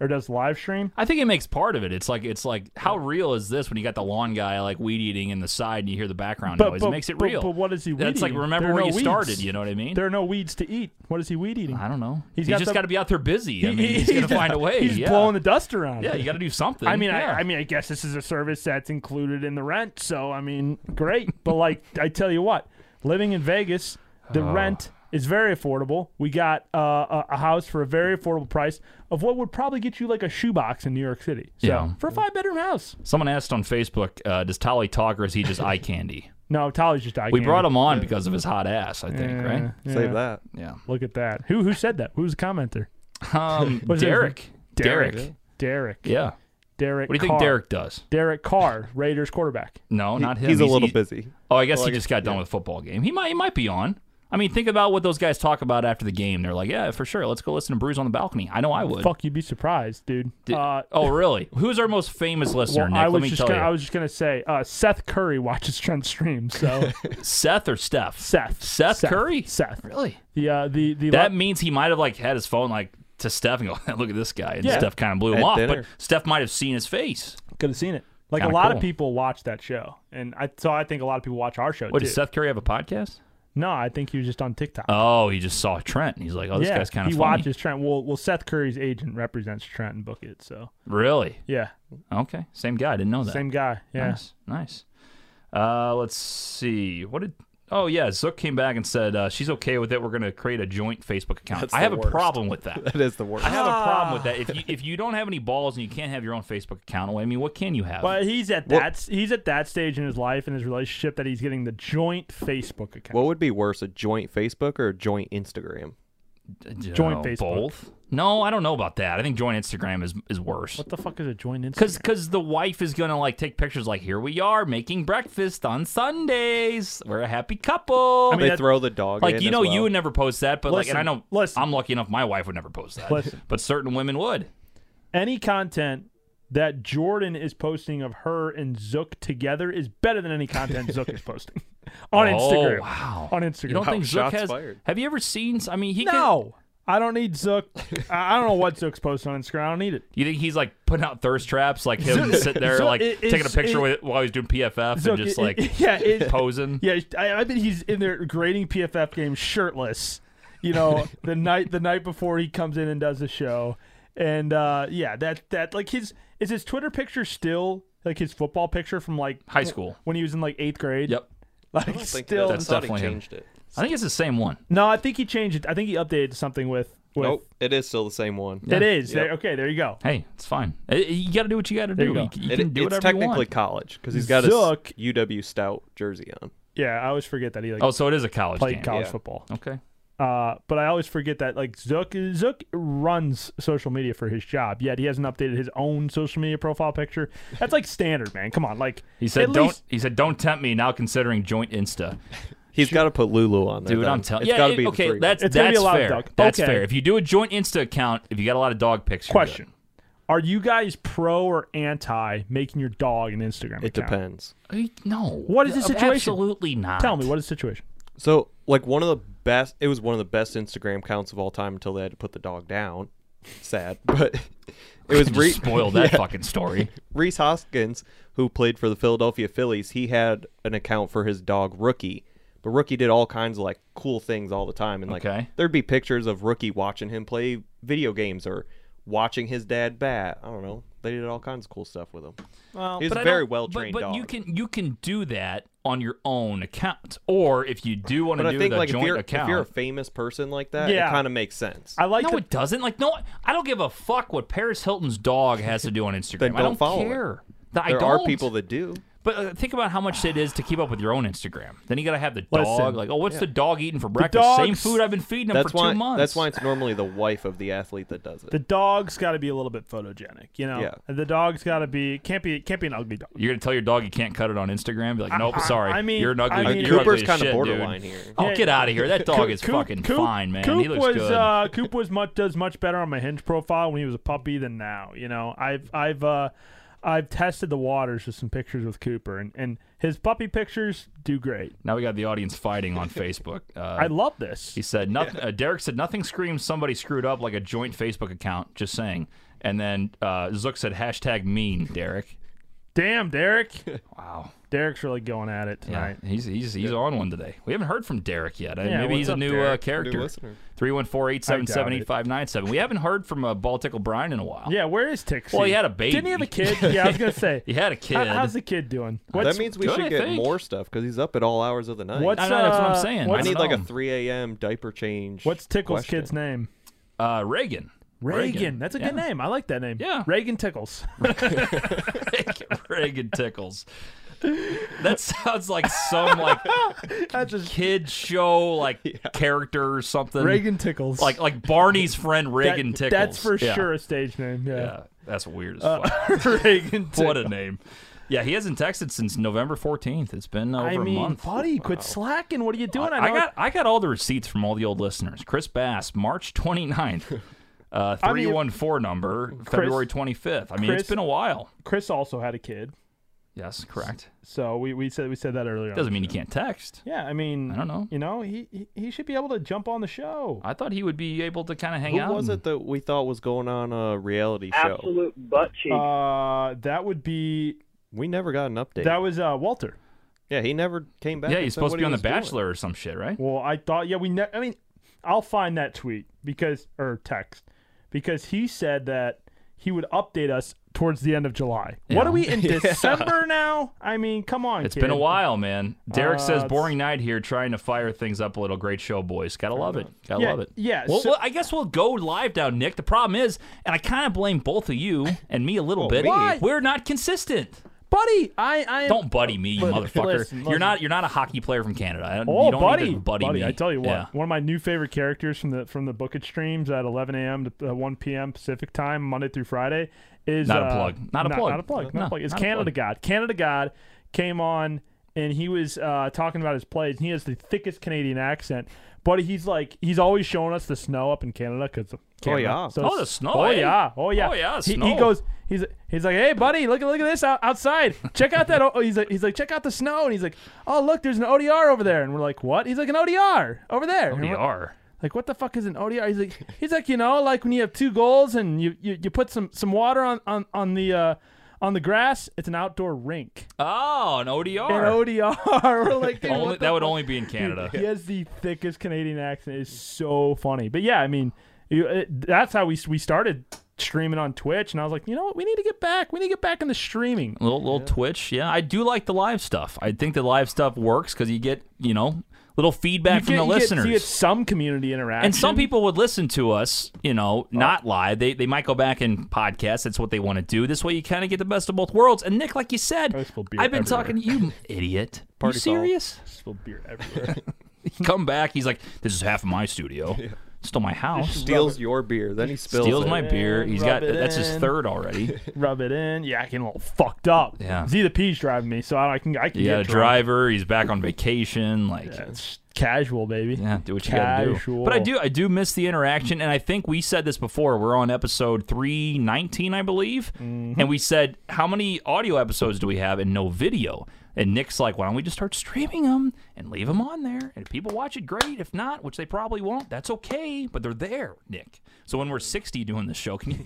Speaker 4: or does the live stream.
Speaker 3: I think it makes part of it. It's like it's like how real is this when you got the lawn guy like weed eating in the side and you hear the background
Speaker 4: But-
Speaker 3: noise?
Speaker 4: but-
Speaker 3: it makes it
Speaker 4: but-
Speaker 3: real.
Speaker 4: but what is he weed
Speaker 3: It's like
Speaker 4: eating?
Speaker 3: remember
Speaker 4: There are
Speaker 3: where
Speaker 4: no
Speaker 3: you
Speaker 4: weeds.
Speaker 3: started. You know what I mean?
Speaker 4: There are no weeds to eat. What is he weed eating?
Speaker 3: I don't know.
Speaker 4: He's
Speaker 3: He's,
Speaker 4: got
Speaker 3: just
Speaker 4: the-
Speaker 3: got to be out there busy. I mean, he's gonna find a way.
Speaker 4: He's
Speaker 3: yeah.
Speaker 4: blowing the dust around.
Speaker 3: yeah, you got to do something.
Speaker 4: I mean,
Speaker 3: Yeah.
Speaker 4: I, I mean, I guess this is a service that's included in the rent. So I mean, great. but like, I tell you what, living in Vegas, the
Speaker 3: Oh.
Speaker 4: rent is very affordable. We got uh, a, a house for a very affordable price of what would probably get you like a shoebox in New York City. So
Speaker 3: Yeah.
Speaker 4: for a five bedroom house,
Speaker 3: someone asked on Facebook, uh, does Tolly talk or is he just eye candy?
Speaker 4: no, Tolly's just dying.
Speaker 3: We brought him on because of his hot ass, I think, right?
Speaker 5: Save that.
Speaker 3: Yeah.
Speaker 4: Look at that. Who who said that? Who's the commenter?
Speaker 3: Um,
Speaker 4: Was it-
Speaker 3: Derek.
Speaker 4: Derek. Derek.
Speaker 3: Yeah.
Speaker 4: Derek.
Speaker 3: What do you think
Speaker 4: Carr.
Speaker 3: Derek does?
Speaker 4: Derek Carr, Raiders quarterback.
Speaker 3: No, not him.
Speaker 5: He's a little busy.
Speaker 3: Oh, I guess he just got done with a football game. He might he might be on. I mean, think about what those guys talk about after the game. They're like, "Yeah, for sure, let's go listen to Bruise on the Balcony." I know I would.
Speaker 4: Fuck, you'd be surprised, dude.
Speaker 3: Did-
Speaker 4: uh,
Speaker 3: oh, really? Who's our most famous listener?
Speaker 4: Well,
Speaker 3: Nick,
Speaker 4: I
Speaker 3: let
Speaker 4: was
Speaker 3: me
Speaker 4: just
Speaker 3: tell
Speaker 4: gonna,
Speaker 3: you.
Speaker 4: I was just gonna say uh, Seth Curry watches Trent stream. So
Speaker 3: Seth or Steph?
Speaker 4: Seth,
Speaker 3: Seth Curry?
Speaker 4: Seth.
Speaker 3: Really?
Speaker 4: The uh, the the
Speaker 3: That
Speaker 4: le-
Speaker 3: means he might have like had his phone like to Steph and go, "Look at this guy," and
Speaker 4: Yeah.
Speaker 3: Steph kind of blew him
Speaker 5: At
Speaker 3: off.
Speaker 5: dinner.
Speaker 3: But Steph might have seen his face.
Speaker 4: could have seen it. Like a
Speaker 3: Kinda
Speaker 4: lot of
Speaker 3: cool.
Speaker 4: people watch that show, and I so I think a lot of people watch our show
Speaker 3: What
Speaker 4: too.
Speaker 3: does Seth Curry have a podcast?
Speaker 4: no, I think he was just on TikTok.
Speaker 3: Oh, he just saw Trent and he's like, "Oh, this
Speaker 4: yeah,
Speaker 3: guy's kind of
Speaker 4: he
Speaker 3: funny."
Speaker 4: watches Trent. Well, well, Seth Curry's agent represents Trent and book it. So
Speaker 3: Really?
Speaker 4: yeah,
Speaker 3: Okay, same guy. I didn't know that.
Speaker 4: same guy. Yeah,
Speaker 3: Nice, nice. Uh, let's see. What did? Oh yeah, Zook came back and said uh, she's okay with it. We're gonna create a joint Facebook account.
Speaker 5: That's
Speaker 3: I
Speaker 5: the
Speaker 3: have a
Speaker 5: worst.
Speaker 3: problem with that.
Speaker 5: That is the worst.
Speaker 3: I have a problem with that. If you if you don't have any balls and you can't have your own Facebook account, I mean, what can you have?
Speaker 4: but he's at that s he's at that stage in his life and his relationship that he's getting the joint Facebook account.
Speaker 5: What would be worse, a joint Facebook or a joint Instagram?
Speaker 3: You
Speaker 4: joint
Speaker 3: know,
Speaker 4: Facebook.
Speaker 3: oh, Both? No, I don't know about that. I think joint Instagram is is worse.
Speaker 4: what the fuck is a joint Instagram?
Speaker 3: Cause, Cause, the wife is gonna like take pictures like here we are making breakfast on Sundays. We're a happy couple.
Speaker 4: I mean,
Speaker 5: they
Speaker 4: that-
Speaker 5: throw the dog.
Speaker 3: like
Speaker 5: in
Speaker 3: you
Speaker 5: as
Speaker 3: know
Speaker 5: well.
Speaker 3: you would never post that but like and i
Speaker 4: Listen,
Speaker 3: know
Speaker 4: listen.
Speaker 3: i'm lucky enough my wife would never post that
Speaker 4: Listen.
Speaker 3: but certain women would
Speaker 4: any content that Jordan is posting of her and Zook together is better than any content Zook is posting on
Speaker 3: oh,
Speaker 4: Instagram.
Speaker 3: wow
Speaker 4: On Instagram.
Speaker 3: you don't think zook
Speaker 5: shots
Speaker 3: has
Speaker 5: fired.
Speaker 3: have you ever seen i mean he can,
Speaker 4: no. I don't need Zook. I I don't know what Zook's posting on Instagram. I don't need it.
Speaker 3: you think he's like putting out thirst traps like him sitting there
Speaker 4: Zook
Speaker 3: like
Speaker 4: is-
Speaker 3: taking a picture
Speaker 4: is-
Speaker 3: with it while he's doing pff
Speaker 4: Zook,
Speaker 3: and just
Speaker 4: it-
Speaker 3: like
Speaker 4: it- yeah, it-
Speaker 3: posing
Speaker 4: yeah. I, I bet he's in there grading PFF games shirtless. You know, the night the night before he comes in and does the show, and uh, yeah, that that like his is his Twitter picture still like his football picture from like
Speaker 3: High school.
Speaker 4: when he was in like eighth grade.
Speaker 3: yep
Speaker 4: Like
Speaker 5: I think
Speaker 4: still
Speaker 5: that- I
Speaker 3: That's
Speaker 5: thought he
Speaker 3: definitely him.
Speaker 5: changed it.
Speaker 3: i think it's the same one
Speaker 4: No, I think he changed it. I think he updated to something with. with
Speaker 5: Nope, it is still the same one.
Speaker 4: It is. There, okay, there you go.
Speaker 3: hey it's fine Eh, you gotta do what you gotta do
Speaker 4: you
Speaker 3: you,
Speaker 4: go.
Speaker 3: c- you
Speaker 5: It-
Speaker 3: can do
Speaker 5: it's
Speaker 3: whatever you
Speaker 5: technically
Speaker 3: want
Speaker 5: college because he's got
Speaker 4: Zook-
Speaker 5: his UW Stout jersey on.
Speaker 4: Yeah, I always forget that he like
Speaker 3: oh so it is a college
Speaker 4: played
Speaker 3: game.
Speaker 4: college
Speaker 5: yeah.
Speaker 4: football.
Speaker 3: okay
Speaker 4: Uh, but I always forget that like Zook Zook runs social media for his job. Yet he hasn't updated his own social media profile picture. That's like standard, man. Come on, like
Speaker 3: He said,
Speaker 4: at
Speaker 3: "Don't."
Speaker 4: least-
Speaker 3: He said, "Don't tempt me." Now considering joint Insta,
Speaker 5: He's got to put Lulu on there.
Speaker 3: Dude,
Speaker 5: then.
Speaker 3: I'm telling
Speaker 5: It's
Speaker 3: you. Yeah,
Speaker 5: got to
Speaker 3: it-
Speaker 5: be the
Speaker 3: okay,
Speaker 5: three.
Speaker 3: that's
Speaker 4: It's gonna be
Speaker 3: that's
Speaker 4: a lot of
Speaker 3: fair.
Speaker 4: dog.
Speaker 3: That's
Speaker 4: Okay.
Speaker 3: fair. If you do a joint Insta account, if you got a lot of dog pics, you're good.
Speaker 4: Question: Are you guys pro or anti making your dog an Instagram?
Speaker 5: It
Speaker 4: account?
Speaker 5: depends.
Speaker 3: I- No.
Speaker 4: What is the
Speaker 3: Uh,
Speaker 4: situation?
Speaker 3: Absolutely not.
Speaker 4: Tell me what is the situation.
Speaker 5: So, like one of the best, it was one of the best Instagram accounts of all time until they had to put the dog down. Sad, but it was
Speaker 3: Just
Speaker 5: re-
Speaker 3: spoil that fucking story.
Speaker 5: Reese Hoskins, who played for the Philadelphia Phillies, he had an account for his dog Rookie. But Rookie did all kinds of like cool things all the time, and like
Speaker 3: Okay.
Speaker 5: there'd be pictures of Rookie watching him play video games or watching his dad bat. I don't know. They did all kinds of cool stuff with him. Well, He's
Speaker 3: But
Speaker 5: a
Speaker 3: I
Speaker 5: very
Speaker 3: don't-
Speaker 5: well trained
Speaker 3: But,
Speaker 5: dog.
Speaker 3: but you can you can do that on your own account, or if you do want
Speaker 5: but
Speaker 3: to
Speaker 5: I
Speaker 3: do
Speaker 5: think
Speaker 3: the
Speaker 5: like if
Speaker 3: joint
Speaker 5: you're,
Speaker 3: account.
Speaker 5: if you're a famous person like that,
Speaker 4: Yeah.
Speaker 5: it kind of makes sense.
Speaker 4: I like
Speaker 3: no,
Speaker 4: the
Speaker 3: it doesn't. Like, no, I don't give a fuck what Paris Hilton's dog has to do on Instagram.
Speaker 5: Then
Speaker 3: I
Speaker 5: don't
Speaker 3: don't
Speaker 5: follow it.
Speaker 3: care. Th- I
Speaker 5: there are
Speaker 3: don't.
Speaker 5: people that do.
Speaker 3: but uh, think about how much it is to keep up with your own Instagram. Then you got to have the dog.
Speaker 4: Listen.
Speaker 3: like, oh, what's the dog eating for breakfast? Same
Speaker 4: dog's-
Speaker 3: food I've been feeding him
Speaker 5: That's
Speaker 3: for
Speaker 5: why.
Speaker 3: two months.
Speaker 5: That's why it's normally the wife of the athlete that does it.
Speaker 4: the dog's got to be a little bit photogenic, you know.
Speaker 5: Yeah.
Speaker 4: The dog's got to be can't be can't be an ugly dog.
Speaker 3: You're gonna tell your dog you can't cut it on Instagram. Be like, nope,
Speaker 4: I-
Speaker 3: sorry.
Speaker 4: Uh-huh. I mean-
Speaker 3: you're an ugly.
Speaker 4: I mean-
Speaker 5: Uh,
Speaker 3: you're
Speaker 5: Cooper's
Speaker 3: kind
Speaker 5: kinda
Speaker 3: of
Speaker 5: borderline here.
Speaker 3: Oh,
Speaker 4: Yeah.
Speaker 3: get out of here. That dog is
Speaker 4: Coop-
Speaker 3: fucking
Speaker 4: Coop-
Speaker 3: fine, man.
Speaker 4: Coop
Speaker 3: he looks
Speaker 4: was
Speaker 3: good.
Speaker 4: Uh, Coop was much does much better on my hinge profile when he was a puppy than now. You know, I've I've uh, I've tested the waters with some pictures with Cooper, and, and his puppy pictures do great.
Speaker 3: now we got the audience fighting on Facebook. Uh,
Speaker 4: I love this.
Speaker 3: He said, nothing, uh, Derek said, nothing screams somebody screwed up like a joint Facebook account, just saying. And then uh, Zook said, hashtag mean, Derek.
Speaker 4: Damn, Derek.
Speaker 3: Wow. Uh,
Speaker 4: Derek's really going at it tonight.
Speaker 3: He's, he's, he's on one today. We haven't heard from Derek yet. Uh,
Speaker 4: Yeah,
Speaker 3: Maybe he's
Speaker 4: what's
Speaker 3: a
Speaker 4: up,
Speaker 3: new uh,
Speaker 4: Derek?
Speaker 3: character.
Speaker 5: listener.
Speaker 3: 314 877
Speaker 4: I doubt it.
Speaker 3: 8597. We haven't heard from uh, Ball Tickle Brian in a while.
Speaker 4: Yeah, where is Tixie?
Speaker 3: Well, he had a baby.
Speaker 4: Didn't he have a kid? Yeah, I was gonna say.
Speaker 3: He had a kid.
Speaker 4: How- how's the kid doing?
Speaker 5: That means we
Speaker 3: good, I
Speaker 5: should get
Speaker 3: think.
Speaker 5: more stuff because he's up at all hours of the night.
Speaker 4: what's
Speaker 3: I know, that's what I'm
Speaker 4: uh,
Speaker 3: saying.
Speaker 5: I
Speaker 4: What's,
Speaker 5: need
Speaker 3: don't
Speaker 5: like a
Speaker 3: know.
Speaker 5: 3 a.m. diaper change.
Speaker 4: what's Tickle's
Speaker 5: question.
Speaker 4: kid's name?
Speaker 3: uh, Reagan.
Speaker 4: Reagan. That's a good name. I like that name.
Speaker 3: Yeah.
Speaker 4: Reagan Tickles.
Speaker 3: name. Reagan Tickles. That sounds like some like
Speaker 4: That's just
Speaker 3: kid show like character or something.
Speaker 4: Reagan Tickles.
Speaker 3: like like Barney's friend
Speaker 4: That-
Speaker 3: Reagan Tickles.
Speaker 4: That's for
Speaker 3: Yeah.
Speaker 4: sure a stage name. Yeah.
Speaker 3: Yeah, that's weird as fuck.
Speaker 4: Reagan Tickles.
Speaker 3: what a name. Yeah, he hasn't texted since November fourteenth. It's been over
Speaker 4: I
Speaker 3: a
Speaker 4: mean,
Speaker 3: month.
Speaker 4: buddy, quit slacking. What are you doing?
Speaker 3: I
Speaker 4: know-
Speaker 3: got I got all the receipts from all the old listeners. Chris Bass, March 29th. Uh,
Speaker 4: I mean-
Speaker 3: 314 number, February 25th. I mean,
Speaker 4: Chris-
Speaker 3: it's been a while.
Speaker 4: Chris also had a kid,
Speaker 3: Yes, correct.
Speaker 4: so we, we said we said that earlier. on.
Speaker 3: Doesn't mean he can't text.
Speaker 4: Yeah, I mean,
Speaker 3: I don't know.
Speaker 4: You know, he he, he should be able to jump on the show.
Speaker 3: I thought he would be able to kind of hang
Speaker 5: Who
Speaker 3: out.
Speaker 5: was
Speaker 3: and-
Speaker 5: it that we thought was going on a reality show?
Speaker 6: Absolute butt cheek.
Speaker 4: Uh, that would be
Speaker 5: We never got an update.
Speaker 4: that was uh Walter.
Speaker 5: yeah, he never came back.
Speaker 3: Yeah,
Speaker 5: and
Speaker 3: he's
Speaker 5: said
Speaker 3: supposed to
Speaker 5: what
Speaker 3: be
Speaker 5: he
Speaker 3: on The
Speaker 5: was doing.
Speaker 3: Bachelor or some shit, right?
Speaker 4: Well, I thought yeah we ne- I mean, I'll find that tweet because or text because he said that he would update us towards the end of July. What
Speaker 3: Yeah.
Speaker 4: are we in December now? I mean, come on,
Speaker 3: It's
Speaker 4: kid.
Speaker 3: been a while, man. Derek
Speaker 4: Uh,
Speaker 3: says,
Speaker 4: it's-
Speaker 3: "Boring night here, trying to fire things up a little." Great show, boys. Gotta love it. Gotta
Speaker 4: Yeah,
Speaker 3: love it.
Speaker 4: yeah,
Speaker 3: Well,
Speaker 4: so-
Speaker 3: well, I guess we'll go live now, Nick. The problem is, and I kind of blame both of you and me a little bit.
Speaker 5: me?
Speaker 3: We're not consistent.
Speaker 4: buddy. I I am-
Speaker 3: Don't buddy me, you motherfucker.
Speaker 4: listen,
Speaker 3: You're
Speaker 4: listen.
Speaker 3: not. You're not a hockey player from Canada. I don't,
Speaker 4: Oh,
Speaker 3: you don't
Speaker 4: buddy,
Speaker 3: need to buddy, me.
Speaker 4: I tell you what,
Speaker 3: Yeah.
Speaker 4: one of my new favorite characters from the from the Bookage streams at 11 a.m. to uh, 1 p.m. Pacific time, Monday through Friday, is
Speaker 3: Not a
Speaker 4: uh,
Speaker 3: plug. Not a plug.
Speaker 4: Not a plug. Not
Speaker 3: No,
Speaker 4: a plug. It's
Speaker 3: not a
Speaker 4: Canada
Speaker 3: plug.
Speaker 4: God. Canada God came on and he was uh, talking about his plays, and he has the thickest Canadian accent. But he's like, he's always showing us the snow up in Canada because.
Speaker 5: yeah.
Speaker 4: So
Speaker 3: Oh,
Speaker 4: it's-
Speaker 3: the snow,
Speaker 4: Oh
Speaker 3: eh?
Speaker 4: yeah. Oh yeah.
Speaker 3: Oh, yeah,
Speaker 4: He, he
Speaker 3: snow.
Speaker 4: goes. He's he's like, hey buddy, look at look at this out, outside. Check out that. O-. He's like he's like check out the snow, and he's like, oh look, there's an ODR over there, and we're like, what? He's like an ODR over there. And we're
Speaker 3: ODR.
Speaker 4: Like what the fuck is an ODR? He's like he's like you know like when you have two goals and you you, you put some some water on on on the. Uh, on the grass, it's an outdoor rink.
Speaker 3: Oh, an
Speaker 4: An
Speaker 3: ODR.
Speaker 4: ODR, we're like, dude,
Speaker 3: Only-
Speaker 4: what the
Speaker 3: that would
Speaker 4: fuck?
Speaker 3: only be in Canada.
Speaker 4: Dude, he has the thickest Canadian accent. It's so funny. But yeah, I mean, you, it, that's how we we started streaming on Twitch, and I was like, you know what, we need to get back. We need to get back into streaming.
Speaker 3: little little twitch yeah i do like the live stuff i think the live stuff works because you get you know little feedback
Speaker 4: You
Speaker 3: from
Speaker 4: get-
Speaker 3: the
Speaker 4: you get-
Speaker 3: listeners
Speaker 4: you get some community interaction,
Speaker 3: and some people would listen to us you
Speaker 4: Oh.
Speaker 3: know not live they, they might go back and podcast that's what they want to do this way you kind of get the best of both worlds and nick like you said i've
Speaker 4: spilled
Speaker 3: been
Speaker 4: beer
Speaker 3: talking to you idiot
Speaker 5: Party
Speaker 3: you
Speaker 5: foul.
Speaker 3: serious
Speaker 4: spill beer everywhere.
Speaker 3: come back he's like this is half of my studio stole my house,
Speaker 5: Steals your beer, then he spills
Speaker 3: steals
Speaker 5: it.
Speaker 3: my beer. He's
Speaker 4: rub
Speaker 3: got
Speaker 4: it
Speaker 3: that's his
Speaker 4: in.
Speaker 3: third already.
Speaker 4: Rub it in. Yeah, I get a little fucked up.
Speaker 3: Yeah.
Speaker 4: Z the P's driving me, so I can I can
Speaker 3: He got
Speaker 4: get
Speaker 3: a
Speaker 4: drunk.
Speaker 3: driver. He's back on vacation. Like, yeah,
Speaker 4: It's casual, baby.
Speaker 3: do what you got to do.
Speaker 4: Casual.
Speaker 3: But I do, I do miss the interaction, and I think we said this before. We're on episode three nineteen, I believe,
Speaker 4: Mm-hmm.
Speaker 3: and we said how many audio episodes do we have and no video? And Nick's like, why don't we just start streaming them and leave them on there? And if people watch it, great. If not, which they probably won't, that's okay. But they're there, Nick. So when we're sixty doing the show, can you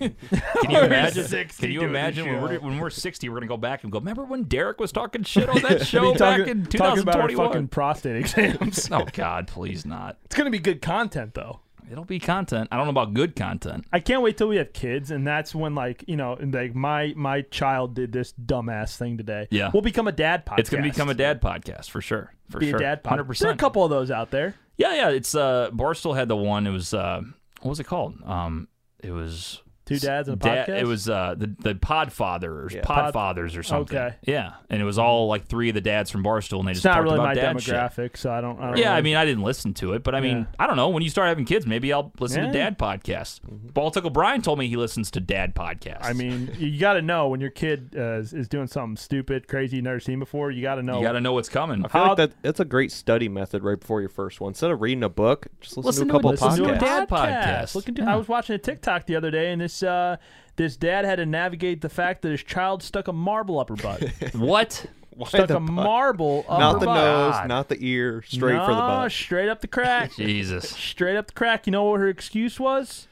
Speaker 3: can you imagine?
Speaker 4: 60
Speaker 3: Can you
Speaker 4: doing the
Speaker 3: imagine when
Speaker 4: show.
Speaker 3: we're when we're sixty, we're gonna go back and go, remember when Derek was talking shit on that show
Speaker 4: Be
Speaker 3: back
Speaker 4: talking,
Speaker 3: in
Speaker 4: talking about our
Speaker 3: 2021?
Speaker 4: fucking prostate exams.
Speaker 3: oh God, please not.
Speaker 4: it's gonna be good content though.
Speaker 3: It'll be content. I don't know about good content.
Speaker 4: I can't wait till we have kids, and that's when like you know, and, like my my child did this dumbass thing today.
Speaker 3: Yeah.
Speaker 4: we'll become a dad podcast.
Speaker 3: It's gonna become a dad podcast for sure. For
Speaker 4: be
Speaker 3: sure,
Speaker 4: a dad podcast.
Speaker 3: hundred
Speaker 4: There are a
Speaker 3: percent.
Speaker 4: couple of those out there.
Speaker 3: Yeah, yeah. It's uh, Barstool had the one. It was uh, what was it called? Um, it was
Speaker 4: Two dads and a
Speaker 3: Dad-
Speaker 4: podcast.
Speaker 3: It was uh, the the Podfathers,
Speaker 4: Pod-
Speaker 3: Podfathers or something.
Speaker 4: Okay.
Speaker 3: Yeah, and it was all like three of the dads from Barstool, and they
Speaker 4: It's
Speaker 3: just
Speaker 4: not
Speaker 3: talked
Speaker 4: really
Speaker 3: about
Speaker 4: my
Speaker 3: dad shit.
Speaker 4: demographic, so I don't. I don't
Speaker 3: Yeah,
Speaker 4: really-
Speaker 3: I mean, I didn't listen to it, but I mean,
Speaker 4: Yeah.
Speaker 3: I don't know. When you start having kids, maybe I'll listen to
Speaker 4: Yeah.
Speaker 3: dad
Speaker 4: Mm-hmm.
Speaker 3: podcasts. Ball Tuckle Brian told me he listens to dad podcasts.
Speaker 4: I mean, you got to know when your kid uh, is, is doing something stupid, crazy you've never seen before. You got to know.
Speaker 3: you got to know what's coming.
Speaker 5: I feel
Speaker 4: How-
Speaker 5: like that, that's a great study method right before your first one. Instead of reading a book, just
Speaker 3: Listen
Speaker 5: listen, to
Speaker 3: to
Speaker 5: a
Speaker 3: it,
Speaker 5: couple
Speaker 3: listen to
Speaker 5: podcasts.
Speaker 3: it. dad podcast.
Speaker 4: Look into,
Speaker 3: Yeah.
Speaker 4: I was watching a TikTok the other day, and this uh, this dad had to navigate the fact that his child stuck a marble up her butt.
Speaker 3: what?
Speaker 4: stuck
Speaker 5: the
Speaker 4: a marble up
Speaker 5: Not
Speaker 4: her
Speaker 5: the
Speaker 4: butt.
Speaker 5: nose, not the ear, straight for the
Speaker 4: No,
Speaker 5: butt.
Speaker 4: Straight up the crack.
Speaker 3: Jesus.
Speaker 4: straight up the crack. You know what her excuse was?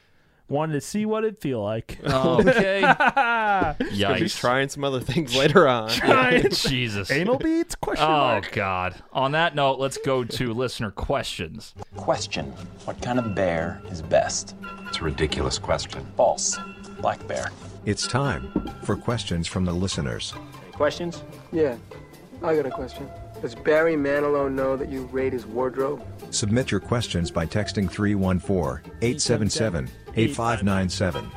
Speaker 4: Wanted to see what it'd feel like.
Speaker 3: Okay.
Speaker 5: Because he's
Speaker 3: Yikes.
Speaker 5: trying some other things later on.
Speaker 3: Jesus.
Speaker 4: Anal beads? Question
Speaker 3: Oh
Speaker 4: mark.
Speaker 3: God. On that note, let's go to listener questions.
Speaker 6: Question What kind of bear is best?
Speaker 2: It's a ridiculous question.
Speaker 6: False. Black bear.
Speaker 2: It's time for questions from the listeners.
Speaker 6: Questions?
Speaker 8: Yeah, I got a question. Does Barry Manilow know that you raid his wardrobe?
Speaker 2: Submit your questions by texting 314 877 8597.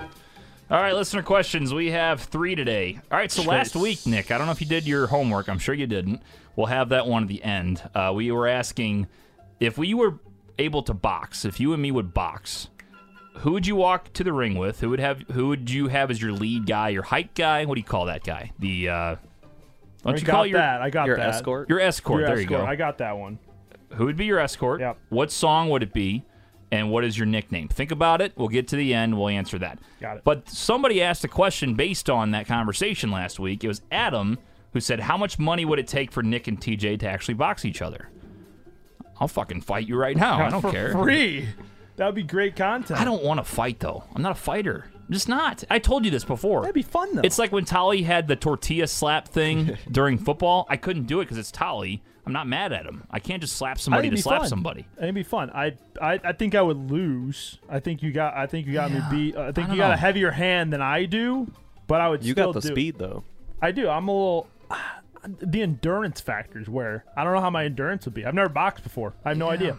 Speaker 3: All right, listener questions. We have three today. All right, so last week, Nick, I don't know if you did your homework. I'm sure you didn't. We'll have that one at the end. Uh, we were asking if we were able to box, if you and me would box, who would you walk to the ring with? Who would have? Who would you have as your lead guy, your hype guy? What do you call that guy? The uh,
Speaker 4: I
Speaker 3: don't you
Speaker 4: got
Speaker 3: call your
Speaker 4: that. I got
Speaker 5: Your
Speaker 4: that.
Speaker 5: escort.
Speaker 3: your escort?
Speaker 4: Your
Speaker 3: there
Speaker 4: escort.
Speaker 3: you go.
Speaker 4: I got that one.
Speaker 3: Who would be your escort?
Speaker 4: Yep.
Speaker 3: What song would it be? And what is your nickname? Think about it. We'll get to the end. We'll answer that.
Speaker 4: Got it.
Speaker 3: But somebody asked a question based on that conversation last week. It was Adam who said, How much money would it take for Nick and TJ to actually box each other? I'll fucking fight you right now. I don't
Speaker 4: For
Speaker 3: care.
Speaker 4: Free. That would be great content.
Speaker 3: I don't want to fight, though. I'm not a fighter. I'm just not. I told you this before.
Speaker 4: That'd be fun though.
Speaker 3: It's like when Tolly had the tortilla slap thing during football. I couldn't do it because it's Tolly. I'm not mad at him. I can't just slap
Speaker 4: I
Speaker 3: somebody
Speaker 4: think
Speaker 3: to
Speaker 4: it'd be
Speaker 3: slap
Speaker 4: fun.
Speaker 3: somebody.
Speaker 4: It'd be fun. I, I I think I would lose. I think you got I think you got
Speaker 3: Yeah.
Speaker 4: me beat. I think
Speaker 3: I don't
Speaker 4: you got
Speaker 3: know.
Speaker 4: a heavier hand than I do, but I would
Speaker 5: You
Speaker 4: still
Speaker 5: got the
Speaker 4: do it.
Speaker 5: speed though.
Speaker 4: I do. I'm a little. The endurance factors where I don't know how my endurance would be. I've never boxed before. I have no idea.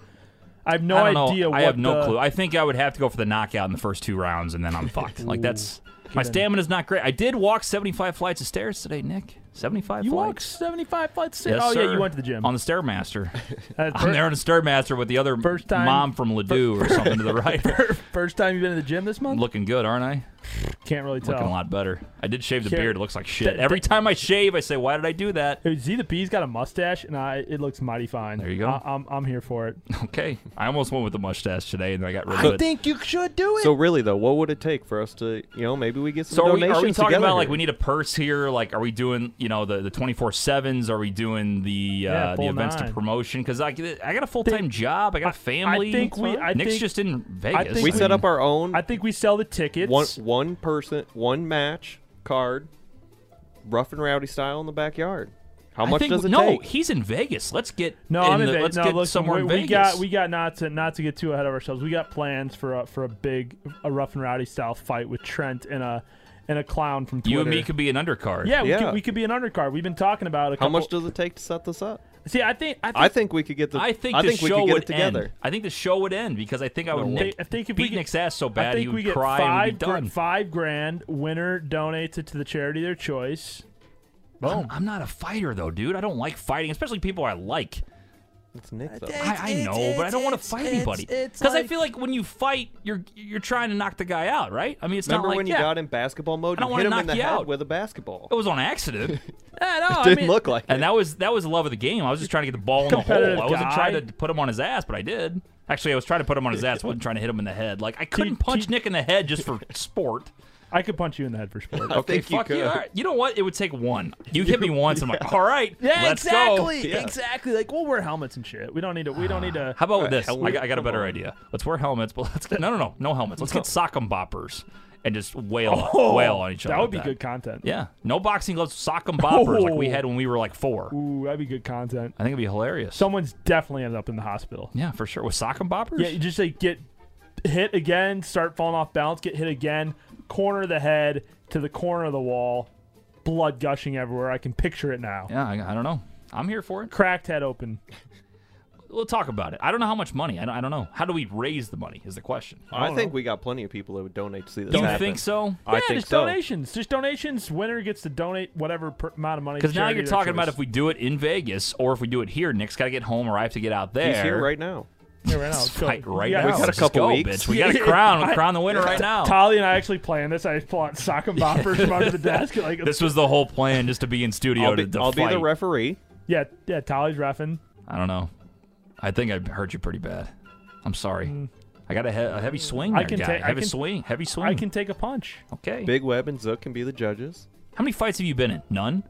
Speaker 4: I have no
Speaker 3: I don't
Speaker 4: idea.
Speaker 3: Know.
Speaker 4: What
Speaker 3: I have no
Speaker 4: the-
Speaker 3: clue. I think I would have to go for the knockout in the first two rounds, and then I'm fucked. Like that's my stamina's not great. I did walk 75 flights of stairs today, Nick. 75.
Speaker 4: You walked
Speaker 3: flights.
Speaker 4: 75 flights.
Speaker 3: Yes,
Speaker 4: oh yeah,
Speaker 3: sir.
Speaker 4: you went to the gym.
Speaker 3: on the stairmaster.
Speaker 4: That's
Speaker 3: I'm
Speaker 4: fir-
Speaker 3: there on the stairmaster with the other
Speaker 4: First time-
Speaker 3: mom from Ladue or something to the right.
Speaker 4: First time you've been to the gym this month.
Speaker 3: Looking good, aren't I?
Speaker 4: Can't really
Speaker 3: Looking a
Speaker 4: tell.
Speaker 3: lot better. I did shave the
Speaker 4: Here-
Speaker 3: beard. It looks like shit.
Speaker 4: Th-
Speaker 3: Every time I shave, I say, "Why did I do that?"
Speaker 4: Dude, Z the P's got a mustache, and I it looks mighty fine. There
Speaker 3: you go.
Speaker 4: I, am I'm here for it.
Speaker 3: Okay. I almost went with the mustache today, and then I got rid of it.
Speaker 4: think you should do it.
Speaker 5: So really though, what would it take for us to, you know, maybe we get some
Speaker 3: So are we, are
Speaker 5: donations
Speaker 3: we talking
Speaker 5: together
Speaker 3: about like
Speaker 5: here?
Speaker 3: we need a purse here? Like, are we doing you know the the twenty four sevens? Are we doing the uh,
Speaker 4: Yeah,
Speaker 3: the
Speaker 4: full
Speaker 3: events to
Speaker 4: nine.
Speaker 3: promotion? Because I I got a full time job. I got a family.
Speaker 4: think we- I
Speaker 3: Nick's
Speaker 4: think-
Speaker 3: just in
Speaker 4: I
Speaker 3: Vegas.
Speaker 4: think
Speaker 5: we
Speaker 3: I
Speaker 5: set
Speaker 3: mean,
Speaker 5: up our own
Speaker 4: I think we sell the tickets.
Speaker 5: one one person one match card, rough and rowdy style in the backyard. How
Speaker 3: I
Speaker 5: much
Speaker 3: think-
Speaker 5: does it
Speaker 3: no,
Speaker 5: take?
Speaker 3: he's in Vegas. Let's get
Speaker 4: No,
Speaker 3: in
Speaker 4: I'm in
Speaker 3: the-
Speaker 4: Vegas.
Speaker 3: Let's
Speaker 4: no,
Speaker 3: get
Speaker 4: listen,
Speaker 3: somewhere
Speaker 4: we,
Speaker 3: in
Speaker 4: we
Speaker 3: Vegas.
Speaker 4: got we got not to not to get too ahead of ourselves. We got plans for a, for a big a rough and rowdy style fight with Trent and a and a clown from Twitter.
Speaker 3: you and me could be an undercard.
Speaker 4: yeah, we,
Speaker 5: Yeah.
Speaker 4: Could, we could be an undercard. We've been talking about it.
Speaker 5: How much does it take to set this up?
Speaker 4: See, I think I think,
Speaker 5: I think we could get the
Speaker 3: I think
Speaker 5: I
Speaker 3: the
Speaker 5: think we
Speaker 3: show
Speaker 5: could get
Speaker 3: would
Speaker 5: it together.
Speaker 3: end. I think the show would end because I think I would
Speaker 4: I
Speaker 3: Nick,
Speaker 4: think- I think if we
Speaker 3: beat
Speaker 4: get-
Speaker 3: Nick's ass so
Speaker 4: I
Speaker 3: bad
Speaker 4: think
Speaker 3: he
Speaker 4: we
Speaker 3: would
Speaker 4: get
Speaker 3: cry
Speaker 4: five
Speaker 3: and we'd be
Speaker 4: gr-
Speaker 3: done.
Speaker 4: five grand. Winner donates it to the charity of their choice.
Speaker 3: I'm, I'm not a fighter though, dude. I don't like fighting, especially people I like.
Speaker 5: It's Nick though.
Speaker 3: I, I know, but I don't want to fight anybody because I feel like when you fight, you're you're trying to knock the guy out, right? I mean, it's not
Speaker 5: Remember
Speaker 3: like
Speaker 5: when you
Speaker 3: yeah,
Speaker 5: got in basketball mode?
Speaker 3: I don't
Speaker 5: You
Speaker 3: wanna
Speaker 5: hit him
Speaker 3: knock
Speaker 5: in the
Speaker 3: you
Speaker 5: head
Speaker 3: out.
Speaker 5: with a basketball.
Speaker 3: it was on accident. yeah, no, I
Speaker 5: didn't
Speaker 3: mean-
Speaker 5: look like
Speaker 3: And
Speaker 5: it.
Speaker 3: that was that was the love of the game. I was just trying to get the ball in the
Speaker 4: Competitive
Speaker 3: hole. I wasn't
Speaker 4: guy.
Speaker 3: trying to put him on his ass, but I did. Actually, I was trying to put him on his ass. I wasn't trying to hit him in the head. Like I couldn't
Speaker 4: T-
Speaker 3: punch
Speaker 4: T-
Speaker 3: Nick in the head just for sport.
Speaker 4: I could punch you in the head for sport.
Speaker 5: I think
Speaker 3: Fuck
Speaker 5: you
Speaker 3: you!
Speaker 5: could.
Speaker 3: All right. You know what? It would take one. You hit me once. I'm like, all right, let's go. Ah.
Speaker 5: Yeah.
Speaker 4: exactly. Like we'll wear helmets and shit. We don't need to. We don't need to.
Speaker 3: How about with this?
Speaker 5: hell,
Speaker 3: I got, I got a
Speaker 5: come
Speaker 3: better
Speaker 5: on.
Speaker 3: idea. Let's wear helmets, but let's get no, no, no, no helmets. Let's get sock'em boppers and just wail,
Speaker 4: Oh,
Speaker 3: wail on each other.
Speaker 4: That would
Speaker 3: with
Speaker 4: be good content.
Speaker 3: Yeah, no boxing gloves, sock'em boppers like we
Speaker 4: Oh.
Speaker 3: had when we were like four.
Speaker 4: Ooh, that'd be good content.
Speaker 3: I think it'd be hilarious.
Speaker 4: Someone's definitely ended up in the hospital.
Speaker 3: yeah, for sure. With sock'em boppers.
Speaker 4: Yeah, you just like get hit again, start falling off balance, get hit again, corner of the head to the corner of the wall, blood gushing everywhere. I can picture it now.
Speaker 3: Yeah, I, I don't know. I'm here for it.
Speaker 4: Cracked head open.
Speaker 3: We'll talk about it. I don't know how much money. I don't, I don't know. How do we raise the money? Is the question.
Speaker 5: I, think we got plenty of people that would donate to see this
Speaker 3: Do you
Speaker 5: happen.
Speaker 3: think so?
Speaker 5: I
Speaker 4: yeah,
Speaker 5: think
Speaker 4: just
Speaker 5: so.
Speaker 4: donations. Just donations. Winner gets to donate whatever per- amount of money. to
Speaker 3: Because now
Speaker 4: charity
Speaker 3: you're
Speaker 4: of their
Speaker 3: talking about
Speaker 4: choice.
Speaker 3: if we do it in Vegas or if we do it here. Nick's got to get home or I have to get out there.
Speaker 5: He's here right now.
Speaker 4: Yeah, right now.
Speaker 3: Let's
Speaker 4: go.
Speaker 3: fight right
Speaker 4: Yeah,
Speaker 3: now.
Speaker 4: we gotta
Speaker 3: Let's
Speaker 5: couple
Speaker 3: go,
Speaker 5: weeks.
Speaker 3: bitch. We got a crown. We crown the winner right now.
Speaker 4: Tali and I actually planned this. I pull out sock and boppers from under the desk. Like
Speaker 3: This was the whole plan, just to be in studio
Speaker 5: I'll
Speaker 3: to,
Speaker 5: be,
Speaker 3: to
Speaker 5: I'll be
Speaker 3: fight.
Speaker 5: the referee.
Speaker 4: yeah, yeah. Tali's reffing.
Speaker 3: I don't know. I think I hurt you pretty bad. I'm sorry. I got a, he- a heavy swing.
Speaker 4: Mm. I
Speaker 3: There,
Speaker 4: can
Speaker 3: guy.
Speaker 4: take- I
Speaker 3: Heavy
Speaker 4: can-
Speaker 3: swing. Heavy swing.
Speaker 4: I can take a punch.
Speaker 3: Okay.
Speaker 5: Big Web and Zook can be the judges.
Speaker 3: How many fights have you been in? None.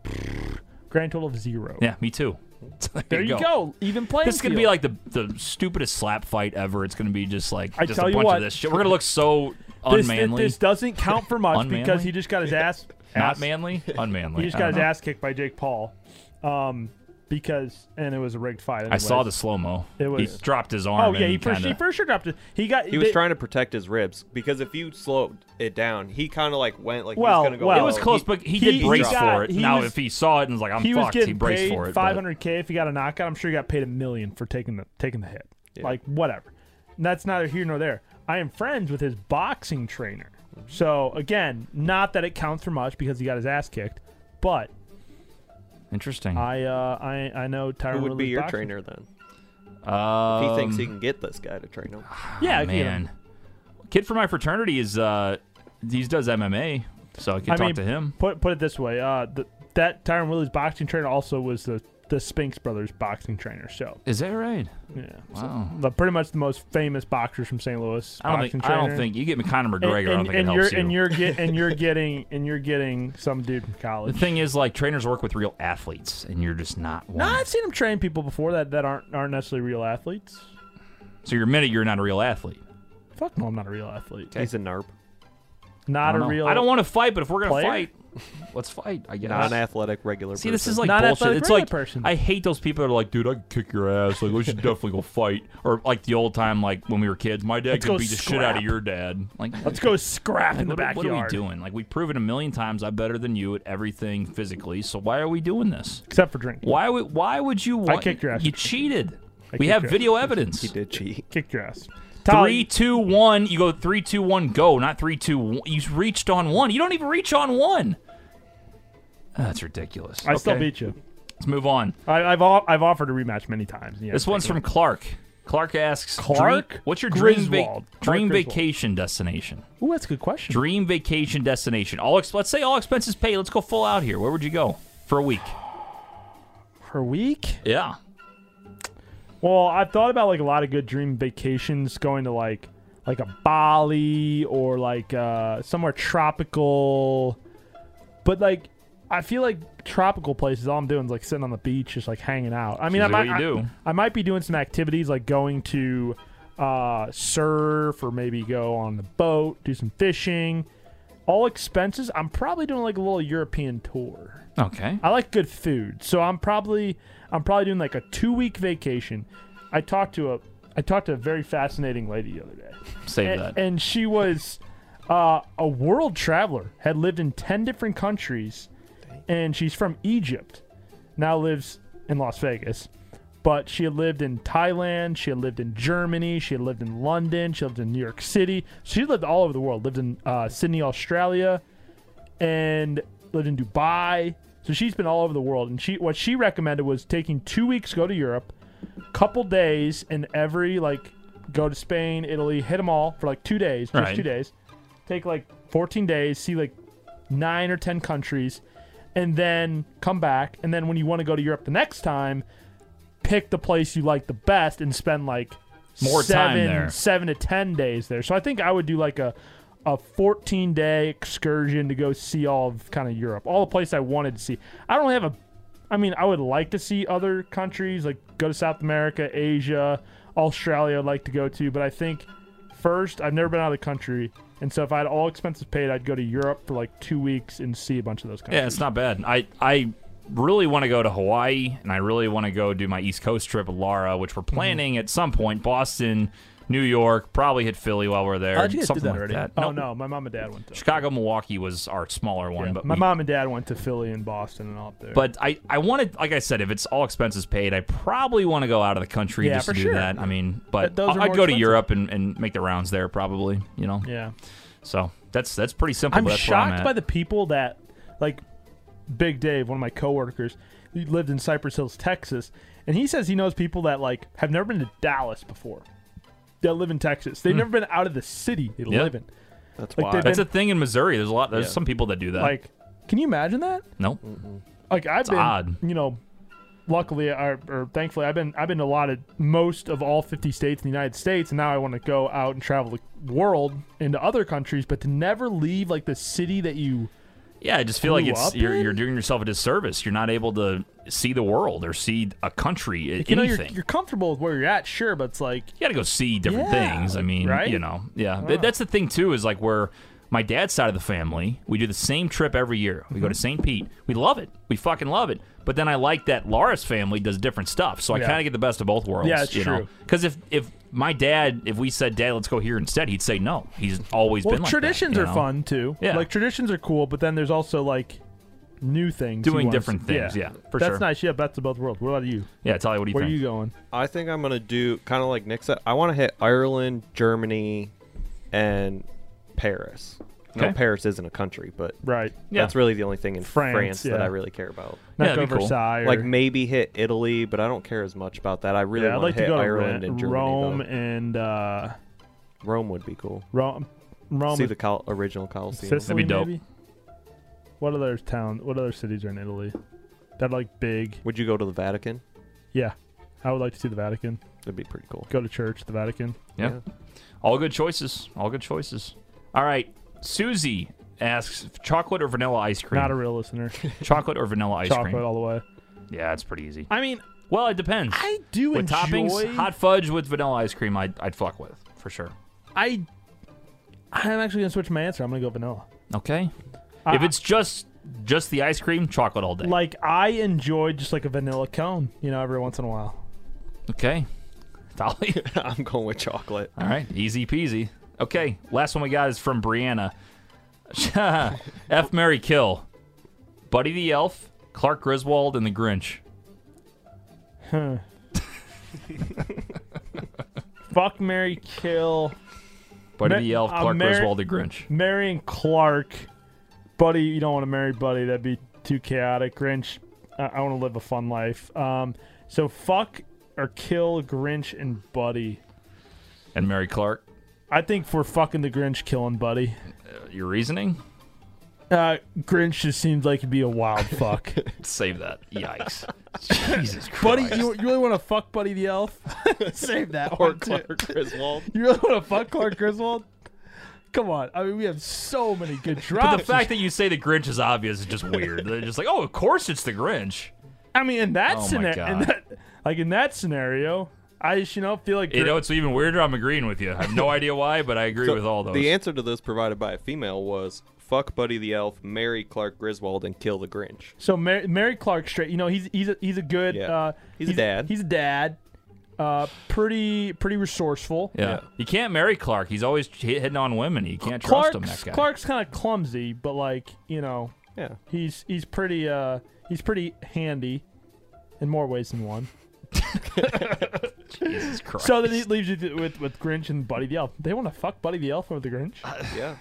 Speaker 4: Grand total of zero.
Speaker 3: Yeah, me too.
Speaker 4: There you go. Even playing.
Speaker 3: This is gonna
Speaker 4: field.
Speaker 3: be like the the stupidest slap fight ever. It's gonna be just like
Speaker 4: I
Speaker 3: just
Speaker 4: tell
Speaker 3: a
Speaker 4: you
Speaker 3: bunch
Speaker 4: what.
Speaker 3: of this shit. We're gonna look so
Speaker 4: this,
Speaker 3: unmanly,
Speaker 4: This, doesn't count for much because
Speaker 3: Unmanly?
Speaker 4: he just got his ass.
Speaker 3: not
Speaker 4: ass-
Speaker 3: manly, unmanly.
Speaker 4: He just
Speaker 3: I
Speaker 4: got
Speaker 3: don't
Speaker 4: his
Speaker 3: know.
Speaker 4: ass kicked by Jake Paul, um, because and it was a rigged fight.
Speaker 3: I
Speaker 4: anyways.
Speaker 3: saw the slow mo.
Speaker 4: It
Speaker 3: He
Speaker 4: was-
Speaker 3: dropped his
Speaker 4: Oh
Speaker 3: arm.
Speaker 4: yeah, he
Speaker 3: and
Speaker 4: for,
Speaker 3: kinda-
Speaker 4: he for sure dropped it. He got.
Speaker 5: He was trying to protect his ribs because if you slowed it down, he kind of like went like
Speaker 4: Well,
Speaker 5: he was gonna go.
Speaker 4: well.
Speaker 5: low.
Speaker 3: It was close, but he, did
Speaker 4: he
Speaker 3: brace
Speaker 4: got-
Speaker 3: for it.
Speaker 4: he
Speaker 3: now,
Speaker 4: was-
Speaker 3: if he saw it and was like, "I'm
Speaker 4: He was
Speaker 3: fucked," he
Speaker 4: getting
Speaker 3: braced
Speaker 4: paid
Speaker 3: for it. but-
Speaker 4: 500k if he got a knockout. I'm sure he got paid a million for taking the taking the hit. Like whatever. And that's neither here nor there. I am friends with his boxing trainer. So again, not that it counts for much because he got his ass kicked, but
Speaker 3: Interesting.
Speaker 4: I uh, I I know Tyron
Speaker 5: Who would be
Speaker 4: Woodley's
Speaker 5: your
Speaker 4: boxing-
Speaker 5: trainer then?
Speaker 3: Um,
Speaker 5: He thinks he can get this guy to train him.
Speaker 4: Yeah, I can
Speaker 3: Oh,
Speaker 4: get him.
Speaker 3: man. Kid from my fraternity is uh, he does MMA, so I could
Speaker 4: I
Speaker 3: talk
Speaker 4: mean,
Speaker 3: to him.
Speaker 4: Put put it this way, uh, the, that Tyron Willie's boxing trainer also was the the Spinks brothers boxing trainer. So
Speaker 3: Is that right?
Speaker 4: yeah, so
Speaker 3: Wow.
Speaker 4: the- pretty much the most famous boxers from St. Louis.
Speaker 3: I don't
Speaker 4: boxing
Speaker 3: think.
Speaker 4: trainer.
Speaker 3: I don't think you get me Conor
Speaker 4: And,
Speaker 3: McGregor. I don't
Speaker 4: and-
Speaker 3: think
Speaker 4: and
Speaker 3: it
Speaker 4: you're
Speaker 3: helps you.
Speaker 4: and you're get and you're getting and you're getting some dude from
Speaker 3: the
Speaker 4: college.
Speaker 3: thing is, like trainers work with real athletes, and you're just not one.
Speaker 4: no, I've seen him train people before that that aren't aren't necessarily real athletes.
Speaker 3: So you're admitting you're not a real athlete.
Speaker 4: Fuck no, I'm not a real athlete.
Speaker 5: He's a narp,
Speaker 4: Not
Speaker 3: I
Speaker 4: a
Speaker 3: don't know.
Speaker 4: real.
Speaker 3: I don't want to fight, but if we're gonna
Speaker 4: player?
Speaker 3: fight, let's fight. I guess.
Speaker 5: non-athletic, regular.
Speaker 3: See, this
Speaker 5: person.
Speaker 3: is like
Speaker 4: Not
Speaker 3: bullshit.
Speaker 4: athletic,
Speaker 3: It's
Speaker 4: regular
Speaker 3: like
Speaker 4: person.
Speaker 3: I hate those people that are like, dude, I can kick your ass. Like, we should definitely go fight. Or like the old time, like when we were kids, my dad
Speaker 4: Let's
Speaker 3: could
Speaker 4: go
Speaker 3: beat the shit out
Speaker 4: scrap.
Speaker 3: of your dad. Like,
Speaker 4: Let's go scrap in
Speaker 3: what,
Speaker 4: the
Speaker 3: are-
Speaker 4: backyard.
Speaker 3: what are we doing? Like, we've proven a million times I'm better than you at everything physically. So why are we doing this?
Speaker 4: Except for drinking.
Speaker 3: Why would Why would you want?
Speaker 4: kicked your ass.
Speaker 3: You cheated.
Speaker 4: kicked
Speaker 3: we have
Speaker 4: your ass.
Speaker 3: video evidence.
Speaker 5: he did cheat.
Speaker 4: Kick your ass.
Speaker 3: Three,
Speaker 4: Tali,
Speaker 3: two, one. You go three, two, one, go. Not three, two, one. You reached on one. You don't even reach on one. Ah, That's ridiculous.
Speaker 4: I still
Speaker 3: Okay,
Speaker 4: beat you.
Speaker 3: Let's move on.
Speaker 4: I, I've o- I've offered a rematch many times. and you
Speaker 3: This
Speaker 4: haven't
Speaker 3: one's
Speaker 4: taken
Speaker 3: from Clark. Clark asks,
Speaker 4: Clark
Speaker 3: "Dream- what's your dream, va-
Speaker 4: Griswold. Clark
Speaker 3: dream
Speaker 4: Griswold.
Speaker 3: vacation destination?
Speaker 4: it. Ooh, that's a good question.
Speaker 3: Dream vacation destination. All ex- let's say all expenses paid. Let's go full out here. Where would you go for a week?
Speaker 4: per week?
Speaker 3: Yeah,
Speaker 4: Well, I've thought about like a lot of good dream vacations, going to like like a Bali or like uh, somewhere tropical. But like, I feel like tropical places. All I'm doing is like sitting on the beach, just like hanging out. I mean, I
Speaker 3: Sounds like
Speaker 4: might
Speaker 3: what you
Speaker 4: I-
Speaker 3: do.
Speaker 4: I, might be doing some activities like going to uh, surf or maybe go on the boat, do some fishing. All expenses. I'm probably doing like a little European tour.
Speaker 3: okay.
Speaker 4: I like good food, so I'm probably I'm probably doing like a two week vacation. I talked to a I talked to a very fascinating lady the other day,
Speaker 3: Save
Speaker 4: and,
Speaker 3: that.
Speaker 4: and she was uh, a world traveler, had lived in ten different countries, and she's from Egypt. Now lives in Las Vegas, but she had lived in Thailand, she had lived in Germany, she had lived in London, she lived in New York City. She lived all over the world. Lived in uh, Sydney, Australia and lived in Dubai. So she's been all over the world. And she what she recommended was taking two weeks to go to Europe, couple days in every like go to Spain, Italy, hit them all for like two days, just
Speaker 3: Right.
Speaker 4: two days. Take like 14 days, see like nine or 10 countries, and then come back. And then when you want to go to Europe the next time, pick the place you like the best and spend like
Speaker 3: More time
Speaker 4: seven,
Speaker 3: there.
Speaker 4: seven to 10 days there. So I think I would do like a. A 14 day excursion to go see all of kind of Europe, all the places I wanted to see. I don't have a I mean, I would like to see other countries, like go to South America, Asia, Australia, I'd like to go to. But I think first, I've never been out of the country. And so if I had all expenses paid, I'd go to Europe for like two weeks and see a bunch of those countries.
Speaker 3: Yeah, it's not bad. I I really want to go to Hawaii, and I really want to go do my East Coast trip with Lara, which we're planning at some point. Boston, New York, probably hit Philly while we're there.
Speaker 9: Oh, you guys did
Speaker 3: something
Speaker 9: that
Speaker 3: like
Speaker 9: already.
Speaker 3: that.
Speaker 4: Oh,
Speaker 3: No,
Speaker 4: no, my mom and dad went to.
Speaker 3: Chicago, Milwaukee was our smaller one, but
Speaker 4: my
Speaker 3: we-
Speaker 4: mom and dad went to Philly and Boston and all up there.
Speaker 3: But I, I wanted, like I said, if it's all expenses paid, I probably want to go out of the country
Speaker 4: Yeah,
Speaker 3: just to
Speaker 4: for
Speaker 3: do
Speaker 4: sure.
Speaker 3: that. I mean, but
Speaker 4: But those
Speaker 3: I- I'd go
Speaker 4: are more
Speaker 3: to
Speaker 4: expensive.
Speaker 3: Europe and, and make the rounds there, probably. You know,
Speaker 4: yeah.
Speaker 3: so that's that's pretty simple.
Speaker 4: I'm
Speaker 3: but that's where
Speaker 4: shocked
Speaker 3: at.
Speaker 4: by the people that, like, Big Dave, one of my coworkers, he lived in Cypress Hills, Texas, and he says he knows people that like have never been to Dallas before, that live in Texas.
Speaker 3: Hmm.
Speaker 4: They've never been out of the city they
Speaker 3: Yeah.
Speaker 4: live in.
Speaker 5: That's
Speaker 4: Like,
Speaker 5: why.
Speaker 4: they-
Speaker 3: that's a thing in Missouri. There's a lot. There's some people that do that.
Speaker 4: Like, can you imagine that?
Speaker 3: no,
Speaker 4: Like, I've been,
Speaker 3: odd.
Speaker 4: you know, luckily or, or thankfully, I've been I've been to a lot of most of all 50 states in the United States, and now I want to go out and travel the world into other countries, but to never leave like the city that you.
Speaker 3: yeah, I just feel like
Speaker 4: Grew
Speaker 3: it's
Speaker 4: up
Speaker 3: you're,
Speaker 4: in?
Speaker 3: you're doing yourself a disservice. You're not able to see the world or see a country, i-
Speaker 4: You know,
Speaker 3: anything.
Speaker 4: you're, you're comfortable with where you're at, sure, but it's like
Speaker 3: you got to go see different
Speaker 4: Yeah,
Speaker 3: things. I
Speaker 4: like,
Speaker 3: mean,
Speaker 4: right?
Speaker 3: you know, yeah. Th- That's the thing too is like where my dad's side of the family, we do the same trip every year. We go
Speaker 4: Mm-hmm.
Speaker 3: to St. Pete. We love it. We fucking love it. But then I like that Laura's family does different stuff, so I
Speaker 4: Yeah.
Speaker 3: kind of get the best of both worlds.
Speaker 4: Yeah, it's
Speaker 3: you
Speaker 4: true.
Speaker 3: Because if if my dad, if we said, Dad, let's go here instead, he'd say no. He's always
Speaker 4: Well,
Speaker 3: been like that,
Speaker 4: traditions
Speaker 3: you
Speaker 4: are
Speaker 3: know?
Speaker 4: fun too.
Speaker 3: Yeah.
Speaker 4: like traditions are cool, but then there's also like new things. you
Speaker 3: Doing
Speaker 4: wanna
Speaker 3: different
Speaker 4: see.
Speaker 3: things, yeah, for
Speaker 4: that's
Speaker 3: sure.
Speaker 4: nice. Yeah, that's about the world. What about you?
Speaker 3: Yeah, Tali, what do you
Speaker 4: Where
Speaker 3: think?
Speaker 4: are you going?
Speaker 5: I think I'm gonna do kind of like Nick said. I want to hit Ireland, Germany, and Paris. No,
Speaker 3: Okay.
Speaker 5: Paris isn't a country, but
Speaker 4: Right.
Speaker 5: that's really the only thing in
Speaker 4: France,
Speaker 5: France, that
Speaker 4: yeah.
Speaker 5: I really care about.
Speaker 4: Not
Speaker 3: Yeah,
Speaker 4: go
Speaker 3: that'd be cool.
Speaker 4: Versailles. or-
Speaker 5: Like maybe hit Italy, but I don't care as much about that. I really
Speaker 4: yeah, I'd
Speaker 5: want
Speaker 4: like
Speaker 5: hit
Speaker 4: to go to
Speaker 5: Ireland
Speaker 4: Ro-
Speaker 5: and Germany.
Speaker 4: Rome
Speaker 5: though.
Speaker 4: and uh,
Speaker 5: Rome would be cool.
Speaker 4: Rome. Rome.
Speaker 5: See
Speaker 4: is
Speaker 5: the col- original Colosseum.
Speaker 4: Sicily,
Speaker 3: That'd be dope.
Speaker 4: Maybe? What other town? What other cities are in Italy? That are, like big.
Speaker 5: Would you go to the Vatican?
Speaker 4: Yeah, I would like to see the Vatican.
Speaker 5: That'd be pretty cool.
Speaker 4: Go to church. The Vatican.
Speaker 3: Yeah. All good choices. All good choices. All right. Susie asks chocolate or vanilla ice cream.
Speaker 4: Not a real listener.
Speaker 3: chocolate or vanilla ice
Speaker 4: Chocolate
Speaker 3: cream.
Speaker 4: all the way.
Speaker 3: Yeah, it's pretty easy.
Speaker 4: I mean,
Speaker 3: Well, it depends.
Speaker 4: I do
Speaker 3: with
Speaker 4: enjoy
Speaker 3: toppings, hot fudge with vanilla ice cream, I'd, I'd fuck with for sure.
Speaker 4: I I'm actually gonna switch my answer. I'm gonna go vanilla.
Speaker 3: Okay. if it's just just the ice cream, chocolate all day.
Speaker 4: Uh, Like I enjoy just like a vanilla cone, you know, every once in a while.
Speaker 3: okay. Dolly.
Speaker 5: I'm going with chocolate.
Speaker 3: all right. Easy peasy. Okay. Last one we got is from Brianna. F Mary Kill. Buddy the Elf, Clark Griswold, and the Grinch.
Speaker 4: Fuck Mary Kill,
Speaker 3: Buddy
Speaker 4: Ma-
Speaker 3: the Elf,
Speaker 4: uh,
Speaker 3: Clark
Speaker 4: Mary-
Speaker 3: Griswold, the Grinch.
Speaker 4: Mary and Clark. Buddy, you don't want to marry Buddy. That'd be too chaotic. Grinch, I, I want to live a fun life. Um, so fuck or kill Grinch and Buddy.
Speaker 3: And Mary Clark.
Speaker 4: I think for fucking the Grinch, killing Buddy.
Speaker 3: Your reasoning?
Speaker 4: Uh, Grinch just seems like he'd be a wild fuck.
Speaker 3: Save that. Yikes. Jesus Christ.
Speaker 4: Buddy, you, you really want to fuck Buddy the Elf? Save that
Speaker 5: Or
Speaker 4: one too.
Speaker 5: Clark Griswold.
Speaker 4: You really want to fuck Clark Griswold? Come on. I mean, we have so many good drops.
Speaker 3: But the fact that you say the Grinch is obvious is just weird. They're just like, oh, of course it's the Grinch.
Speaker 4: I mean, in that
Speaker 3: Oh my
Speaker 4: scenario,
Speaker 3: God.
Speaker 4: in that, like in that scenario, I just you know feel like
Speaker 3: You know, it's even weirder. I'm agreeing with you. I have no idea why, but I agree
Speaker 5: So
Speaker 3: with all those.
Speaker 5: The answer to this provided by a female was fuck Buddy the Elf, marry Clark Griswold, and kill the Grinch.
Speaker 4: so. Mary, Mary Clark straight. You know, he's he's a, he's a good.
Speaker 5: Yeah.
Speaker 4: Uh,
Speaker 5: He's a dad.
Speaker 4: He's a dad. Uh, pretty pretty resourceful.
Speaker 3: yeah. You can't marry Clark. He's always ch- hitting on women. You can't trust
Speaker 4: Clark's
Speaker 3: him, that guy.
Speaker 4: Clark's kind of clumsy, but like you know,
Speaker 5: Yeah.
Speaker 4: he's he's pretty uh he's pretty handy, in more ways than one.
Speaker 3: Jesus Christ.
Speaker 4: So then he leaves you th- with with Grinch and Buddy the Elf. They want to fuck Buddy the Elf over the Grinch.
Speaker 5: Yeah.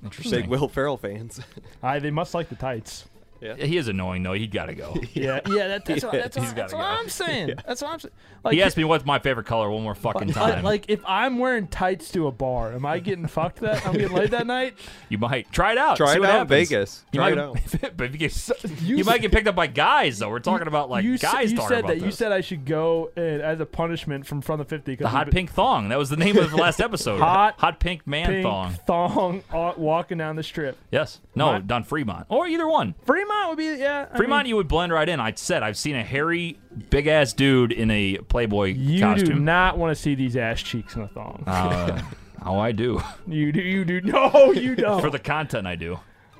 Speaker 5: Big
Speaker 3: Interesting.
Speaker 5: Will Ferrell fans.
Speaker 4: I, they must like the tights.
Speaker 5: Yeah.
Speaker 3: He is annoying though. He got to go.
Speaker 4: Yeah, yeah. That, that's what, that's
Speaker 3: he's
Speaker 4: what, that's
Speaker 3: gotta
Speaker 4: what
Speaker 3: go.
Speaker 4: I'm saying. That's what I'm saying. Like,
Speaker 3: he asked me what's my favorite color one more fucking
Speaker 4: if-
Speaker 3: time.
Speaker 4: like if I'm wearing tights to a bar, am I getting fucked that I'm getting laid that night?
Speaker 3: you might try it out.
Speaker 5: Try
Speaker 3: see
Speaker 5: it
Speaker 3: what
Speaker 5: out in
Speaker 3: happens.
Speaker 5: Vegas.
Speaker 3: You
Speaker 5: Try
Speaker 3: might,
Speaker 5: it out.
Speaker 3: but if you, get, you, might get picked up by guys though. We're talking about like
Speaker 4: you, s-
Speaker 3: guys
Speaker 4: you
Speaker 3: talking
Speaker 4: said
Speaker 3: about
Speaker 4: that. You
Speaker 3: this.
Speaker 4: said I should go and, as a punishment from front of fifty.
Speaker 3: the hot pink thong. That was the name of the last episode.
Speaker 4: Hot
Speaker 3: pink man
Speaker 4: pink
Speaker 3: thong.
Speaker 4: thong uh, walking down the strip.
Speaker 3: Yes. No, Don Fremont or either one.
Speaker 4: Fremont would be yeah. I
Speaker 3: Fremont,
Speaker 4: mean,
Speaker 3: you would blend right in. I said I've seen a hairy, big ass dude in a Playboy
Speaker 4: you do
Speaker 3: costume.
Speaker 4: not want to see these ass cheeks in a thong.
Speaker 3: Uh, oh, I do.
Speaker 4: you do. You do. No, you don't.
Speaker 3: for the content, I do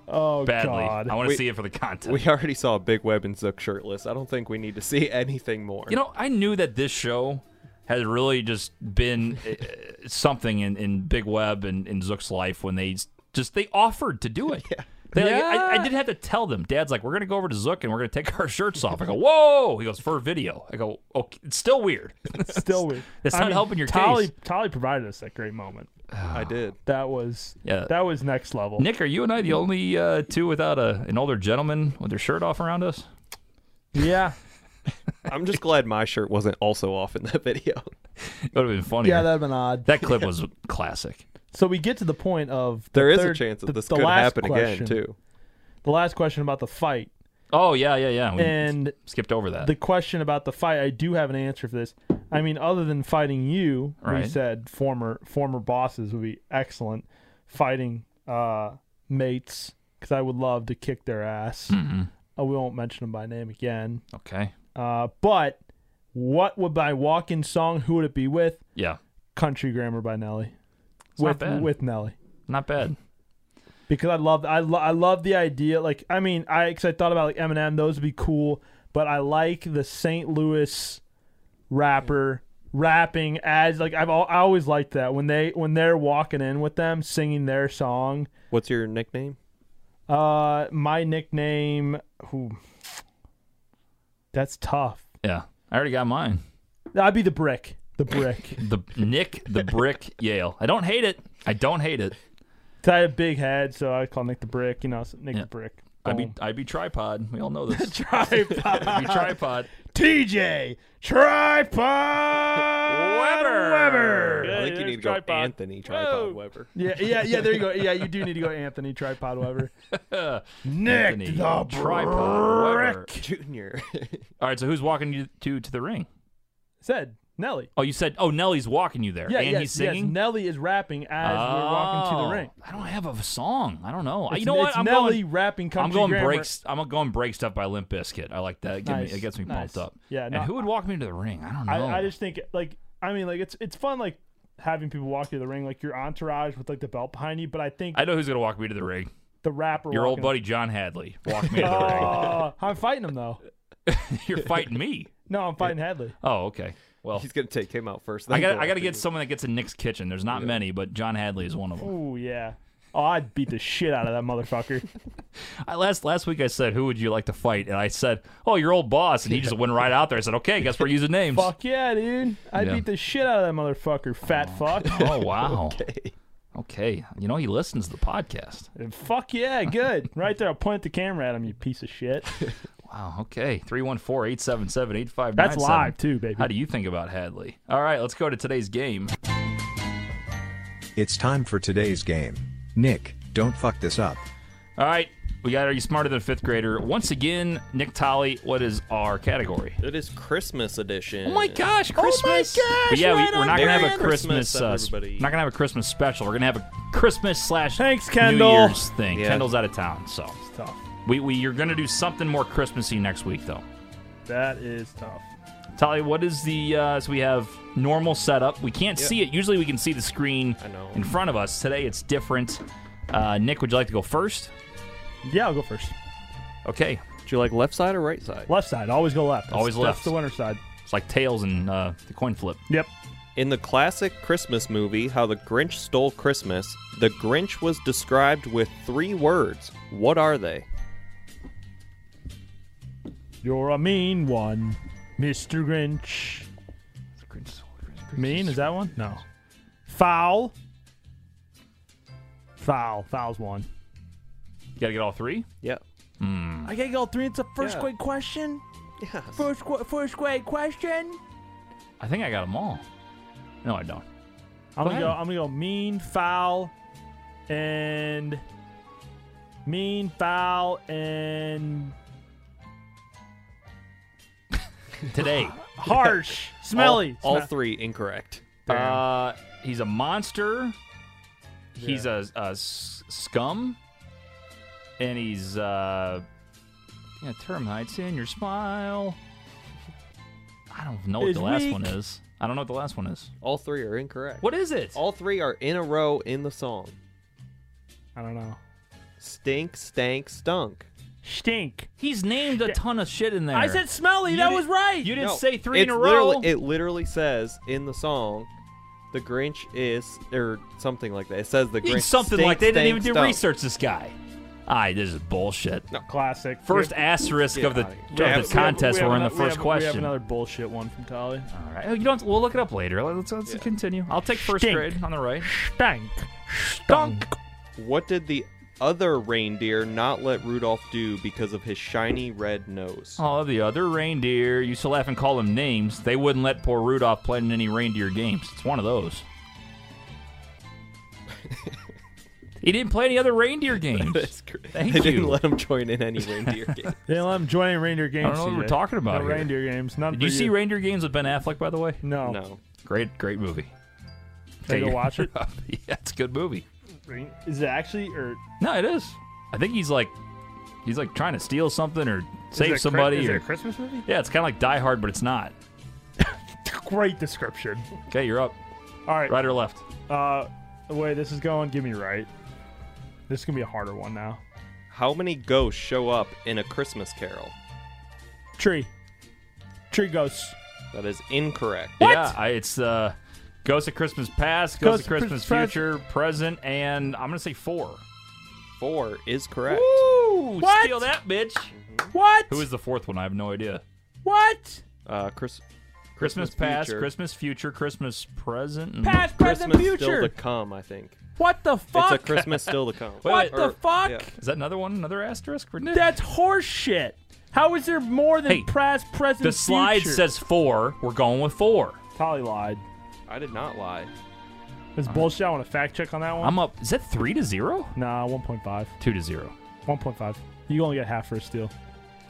Speaker 4: oh
Speaker 3: badly.
Speaker 4: God.
Speaker 3: I want to
Speaker 5: We-
Speaker 3: see it for the content.
Speaker 5: We already saw Big Web and Zook shirtless. I don't think we need to see anything more.
Speaker 3: You know, I knew that this show has really just been uh, something in, in Big Web and in Zook's life when they s- just they offered to do it. They, like, I, I
Speaker 4: Yeah.
Speaker 3: didn't have to tell them. Dad's like, we're gonna go over to Zook and we're gonna take our shirts off. I go, whoa. He goes for a video. I go, okay, it's still weird.
Speaker 4: Still weird.
Speaker 3: That's
Speaker 4: I
Speaker 3: not
Speaker 4: mean,
Speaker 3: helping your
Speaker 4: Tolly,
Speaker 3: case.
Speaker 4: Tolly provided us that great moment.
Speaker 5: I did.
Speaker 4: That was
Speaker 3: Yeah.
Speaker 4: That was next level.
Speaker 3: Nick, are you and I the only uh, two without a, an older gentleman with their shirt off around us?
Speaker 4: Yeah.
Speaker 5: I'm just glad my shirt wasn't also off in that video.
Speaker 3: It would have been funny.
Speaker 4: Yeah, that'd been odd.
Speaker 3: that clip was classic.
Speaker 4: So we get to the point of the
Speaker 5: There is
Speaker 4: third-
Speaker 5: a chance that
Speaker 4: the-
Speaker 5: this
Speaker 4: the
Speaker 5: could
Speaker 4: last
Speaker 5: happen
Speaker 4: question,
Speaker 5: again too.
Speaker 4: The last question about the fight
Speaker 3: Oh yeah, yeah, yeah. We
Speaker 4: and
Speaker 3: skipped over that.
Speaker 4: the question about the fight. I do have an answer for this. I mean, other than fighting you,
Speaker 3: Right.
Speaker 4: we said former former bosses would be excellent. Fighting uh, mates because I would love to kick their ass.
Speaker 3: Mm-hmm.
Speaker 4: Uh, we won't mention them by name again.
Speaker 3: okay.
Speaker 4: Uh, but what would my walk-in song? Who would it be with?
Speaker 3: Yeah.
Speaker 4: Country Grammar by Nelly.
Speaker 3: not
Speaker 4: with
Speaker 3: bad.
Speaker 4: with Nelly.
Speaker 3: Not bad.
Speaker 4: because I love I, lo- I love the idea. Like I mean, I because I thought about like Eminem, those would be cool. But I like the St. Louis rapper rapping as like I've al- I always liked that when they when they're walking in with them singing their song.
Speaker 5: What's your nickname?
Speaker 4: Uh, my nickname. Who? That's tough.
Speaker 3: Yeah. I already got mine.
Speaker 4: I'd be the brick. The brick.
Speaker 3: The Nick the Brick Yale. I don't hate it. I don't hate it.
Speaker 4: 'Cause I have a big head, so I call Nick the brick. You know, so Nick
Speaker 3: Yeah.
Speaker 4: the brick.
Speaker 3: I'd be
Speaker 4: Boom.
Speaker 3: I'd be tripod. We all know this.
Speaker 4: tripod.
Speaker 3: I'd be tripod.
Speaker 4: TJ tripod.
Speaker 3: Weber.
Speaker 5: I
Speaker 4: Yeah,
Speaker 5: think you
Speaker 4: there's
Speaker 5: need to go
Speaker 4: tripod.
Speaker 5: Anthony Tripod Weber.
Speaker 4: Yeah, yeah, yeah. There you go. Yeah, you do need to go Anthony Tripod Weber. Nick
Speaker 3: Anthony,
Speaker 4: the
Speaker 3: tripod. Weber.
Speaker 5: Junior.
Speaker 3: All right. So who's walking you to to the ring?
Speaker 4: said Nelly.
Speaker 3: Oh, you said. Oh, Nelly's walking you there,
Speaker 4: Yeah,
Speaker 3: and
Speaker 4: yes,
Speaker 3: he's singing.
Speaker 4: Yes, Nelly is rapping as we're walking to
Speaker 3: Oh,
Speaker 4: the ring.
Speaker 3: I don't have a song. I don't know. I-
Speaker 4: It's-
Speaker 3: you know what?
Speaker 4: it's
Speaker 3: I'm
Speaker 4: Nelly
Speaker 3: going.
Speaker 4: rapping country
Speaker 3: I'm going
Speaker 4: grammar.
Speaker 3: breaks. I'm going break stuff by Limp Bizkit. I like that. It, get me-
Speaker 4: Nice,
Speaker 3: it gets me pumped
Speaker 4: nice.
Speaker 3: up.
Speaker 4: Yeah, no,
Speaker 3: and who would walk me to the ring? I don't know.
Speaker 4: I, I just think like I mean like it's it's fun like having people walk you to the ring like your entourage with like the belt behind you, but I think
Speaker 3: I know who's gonna walk me to the ring.
Speaker 4: the rapper
Speaker 3: Your old
Speaker 4: walking-
Speaker 3: buddy John Hadley walked me to the ring.
Speaker 4: Oh, I'm fighting him though.
Speaker 3: You're fighting me.
Speaker 4: No, I'm fighting Hadley.
Speaker 3: Oh, okay. Well,
Speaker 5: He's gonna take him out first.
Speaker 3: I
Speaker 5: then
Speaker 3: got I
Speaker 5: go
Speaker 3: got to
Speaker 5: after
Speaker 3: get
Speaker 5: you.
Speaker 3: someone that gets in Nick's kitchen. There's not many, but John Hadley is one of them.
Speaker 4: Ooh yeah. Oh, I'd beat the shit out of that motherfucker.
Speaker 3: I, last last week I said, "Who would you like to fight?" And I said, "Oh, your old boss." And he just went right out there. I said, "Okay, guess we're using names."
Speaker 4: Fuck yeah, dude. I
Speaker 3: Yeah.
Speaker 4: beat the shit out of that motherfucker, fat fuck.
Speaker 3: Oh wow. okay. You know he listens to the podcast.
Speaker 4: And fuck yeah, good. Right there, I'll point the camera at him, you piece of shit.
Speaker 3: Wow. Okay. 314-877-8597.
Speaker 4: That's live too, baby.
Speaker 3: How do you think about Hadley? All right, let's go to today's game.
Speaker 2: It's time for today's game. Nick, don't fuck this up.
Speaker 3: All right, we got. Are you smarter than a fifth grader? Once again, Nick Tolley. What is our category?
Speaker 5: It is Christmas edition.
Speaker 3: Oh my gosh, Christmas!
Speaker 4: gosh,
Speaker 3: But yeah,
Speaker 4: right
Speaker 3: we, we're
Speaker 4: on.
Speaker 3: not gonna have
Speaker 5: Merry
Speaker 3: a Christmas.
Speaker 5: Christmas,
Speaker 3: uh, s-
Speaker 5: everybody.
Speaker 3: not gonna have a Christmas special. We're gonna have a Christmas slash
Speaker 4: Thanks,
Speaker 3: New
Speaker 4: Kendall.
Speaker 3: Year's thing.
Speaker 5: Yeah.
Speaker 3: Kendall's out of town, so
Speaker 4: tough.
Speaker 3: we, we you're gonna do something more Christmassy next week though.
Speaker 4: That is tough.
Speaker 3: Tali, what is the? Uh, so we have normal setup. We can't see it. Usually we can see the screen
Speaker 5: I know.
Speaker 3: in front of us. Today it's different. Uh, Nick, would you like to go first?
Speaker 4: Yeah, I'll go first.
Speaker 3: Okay,
Speaker 5: Do you like left side or right side?
Speaker 4: Left side, always go left. That's-
Speaker 3: Always left.
Speaker 4: That's the winner side.
Speaker 3: it's like tails and uh, the coin flip.
Speaker 4: Yep.
Speaker 5: In the classic Christmas movie, How the Grinch Stole Christmas, the Grinch was described with three words. What are they?
Speaker 4: You're a mean one, Mr. Grinch. Mean? Is that one? No. Foul. Foul. Foul's one.
Speaker 3: You gotta get all three.
Speaker 5: Yep.
Speaker 9: I gotta get all three. It's a first
Speaker 5: Yeah.
Speaker 9: grade question.
Speaker 5: Yes.
Speaker 9: First qu- first grade question.
Speaker 3: I think I got them all. No, I don't.
Speaker 4: I'm gonna
Speaker 3: ahead.
Speaker 4: go. I'm gonna go mean, foul, and mean, foul, and
Speaker 3: Today,
Speaker 4: harsh, smelly.
Speaker 5: All three incorrect.
Speaker 3: uh, he's a monster. He's a, a s- scum, and he's uh, yeah, termites in your smile. I don't know what
Speaker 4: It's
Speaker 3: the last
Speaker 4: weak.
Speaker 3: one is. I don't know what the last one is.
Speaker 5: All three are incorrect.
Speaker 3: What is it?
Speaker 5: All three are in a row in the song.
Speaker 4: I don't know.
Speaker 5: Stink, stank, stunk.
Speaker 4: Stink.
Speaker 3: He's named a ton of shit in there.
Speaker 4: I said smelly. that was right.
Speaker 3: You didn't
Speaker 5: No,
Speaker 3: say three in
Speaker 5: it's
Speaker 3: a row.
Speaker 5: literally- it literally says in the song, "The Grinch is" or something like that. It says the Grinch.
Speaker 3: something
Speaker 5: stink,
Speaker 3: like they didn't
Speaker 5: stank,
Speaker 3: even do
Speaker 5: stunk.
Speaker 3: research this guy. I this is bullshit.
Speaker 4: Classic.
Speaker 3: First asterisk
Speaker 5: Get
Speaker 3: of the
Speaker 5: outta here.
Speaker 3: of
Speaker 5: We have- we
Speaker 3: the
Speaker 5: have-
Speaker 3: contest
Speaker 4: we
Speaker 3: we're in the
Speaker 4: have- we
Speaker 3: first
Speaker 4: have- We have
Speaker 3: question.
Speaker 4: another bullshit one from Tolly.
Speaker 3: All right. Oh, You don't. We'll look it up later. Let's let's continue. I'll take first
Speaker 4: Stink.
Speaker 3: grade on the right.
Speaker 4: Stank.
Speaker 3: Dunk.
Speaker 5: What did the other reindeer not let Rudolph do because of his shiny red nose?
Speaker 3: Oh, the other reindeer used to laugh and call him names. They wouldn't let poor Rudolph play in any reindeer games. It's one of those. he didn't play any other reindeer games.
Speaker 5: That's correct.
Speaker 3: Thank
Speaker 5: they
Speaker 3: you.
Speaker 5: didn't let him join in any reindeer game.
Speaker 4: They didn't let him join any reindeer games.
Speaker 3: I don't know what we're
Speaker 4: CJ.
Speaker 3: talking about
Speaker 4: No
Speaker 3: here.
Speaker 4: reindeer games. None
Speaker 3: Did
Speaker 4: for
Speaker 3: you see reindeer games with Ben Affleck, by the way?
Speaker 4: No.
Speaker 5: No.
Speaker 3: Great, great movie.
Speaker 4: Can I go
Speaker 3: Take-
Speaker 4: watch it?
Speaker 3: yeah, it's a good movie.
Speaker 4: Is it actually or
Speaker 3: No, it is. I think he's like, he's like trying to steal something or
Speaker 4: is it a
Speaker 3: save
Speaker 4: Chris-
Speaker 3: somebody.
Speaker 4: Is it
Speaker 3: or,
Speaker 4: a Christmas movie?
Speaker 3: yeah, it's kind of like Die Hard, but it's not.
Speaker 4: Great description.
Speaker 3: Okay, you're up.
Speaker 4: All right.
Speaker 3: Right or left?
Speaker 4: Uh, the way this is going, give me right. This is gonna be a harder one now.
Speaker 5: How many ghosts show up in a Christmas Carol?
Speaker 4: Tree. Tree ghosts.
Speaker 5: That is incorrect.
Speaker 3: Yeah, I, it's uh, Ghost of Christmas Past, Ghost, of Christmas
Speaker 4: Pres-
Speaker 3: Future, Present, and I'm gonna say four.
Speaker 5: Four is correct.
Speaker 3: Ooh,
Speaker 4: What?
Speaker 3: steal that, bitch.
Speaker 4: What?
Speaker 3: Who is the fourth one? I have no idea.
Speaker 4: what?
Speaker 5: Uh, Chris,
Speaker 3: Christmas, Past,
Speaker 5: Future.
Speaker 3: Christmas Future, Christmas Present. and-
Speaker 4: Past,
Speaker 5: Christmas
Speaker 4: present,
Speaker 5: still to
Speaker 4: future.
Speaker 5: come. I think
Speaker 4: What the fuck?
Speaker 5: it's a Christmas still to come.
Speaker 3: What
Speaker 4: the fuck?
Speaker 5: yeah.
Speaker 3: Is that another one? Another asterisk? for Nick?
Speaker 4: That's horse shit. How is there more than
Speaker 3: Hey,
Speaker 4: past, present,
Speaker 3: the slide
Speaker 4: future?
Speaker 3: says four. We're going with four.
Speaker 4: Tolly lied.
Speaker 5: I did not lie.
Speaker 4: It's bullshit. I want to fact check on that one.
Speaker 3: Uh-huh. I'm up. Is that three to zero?
Speaker 4: nah, 1.5.
Speaker 3: Two to zero.
Speaker 4: 1.5. You only get half for a steal.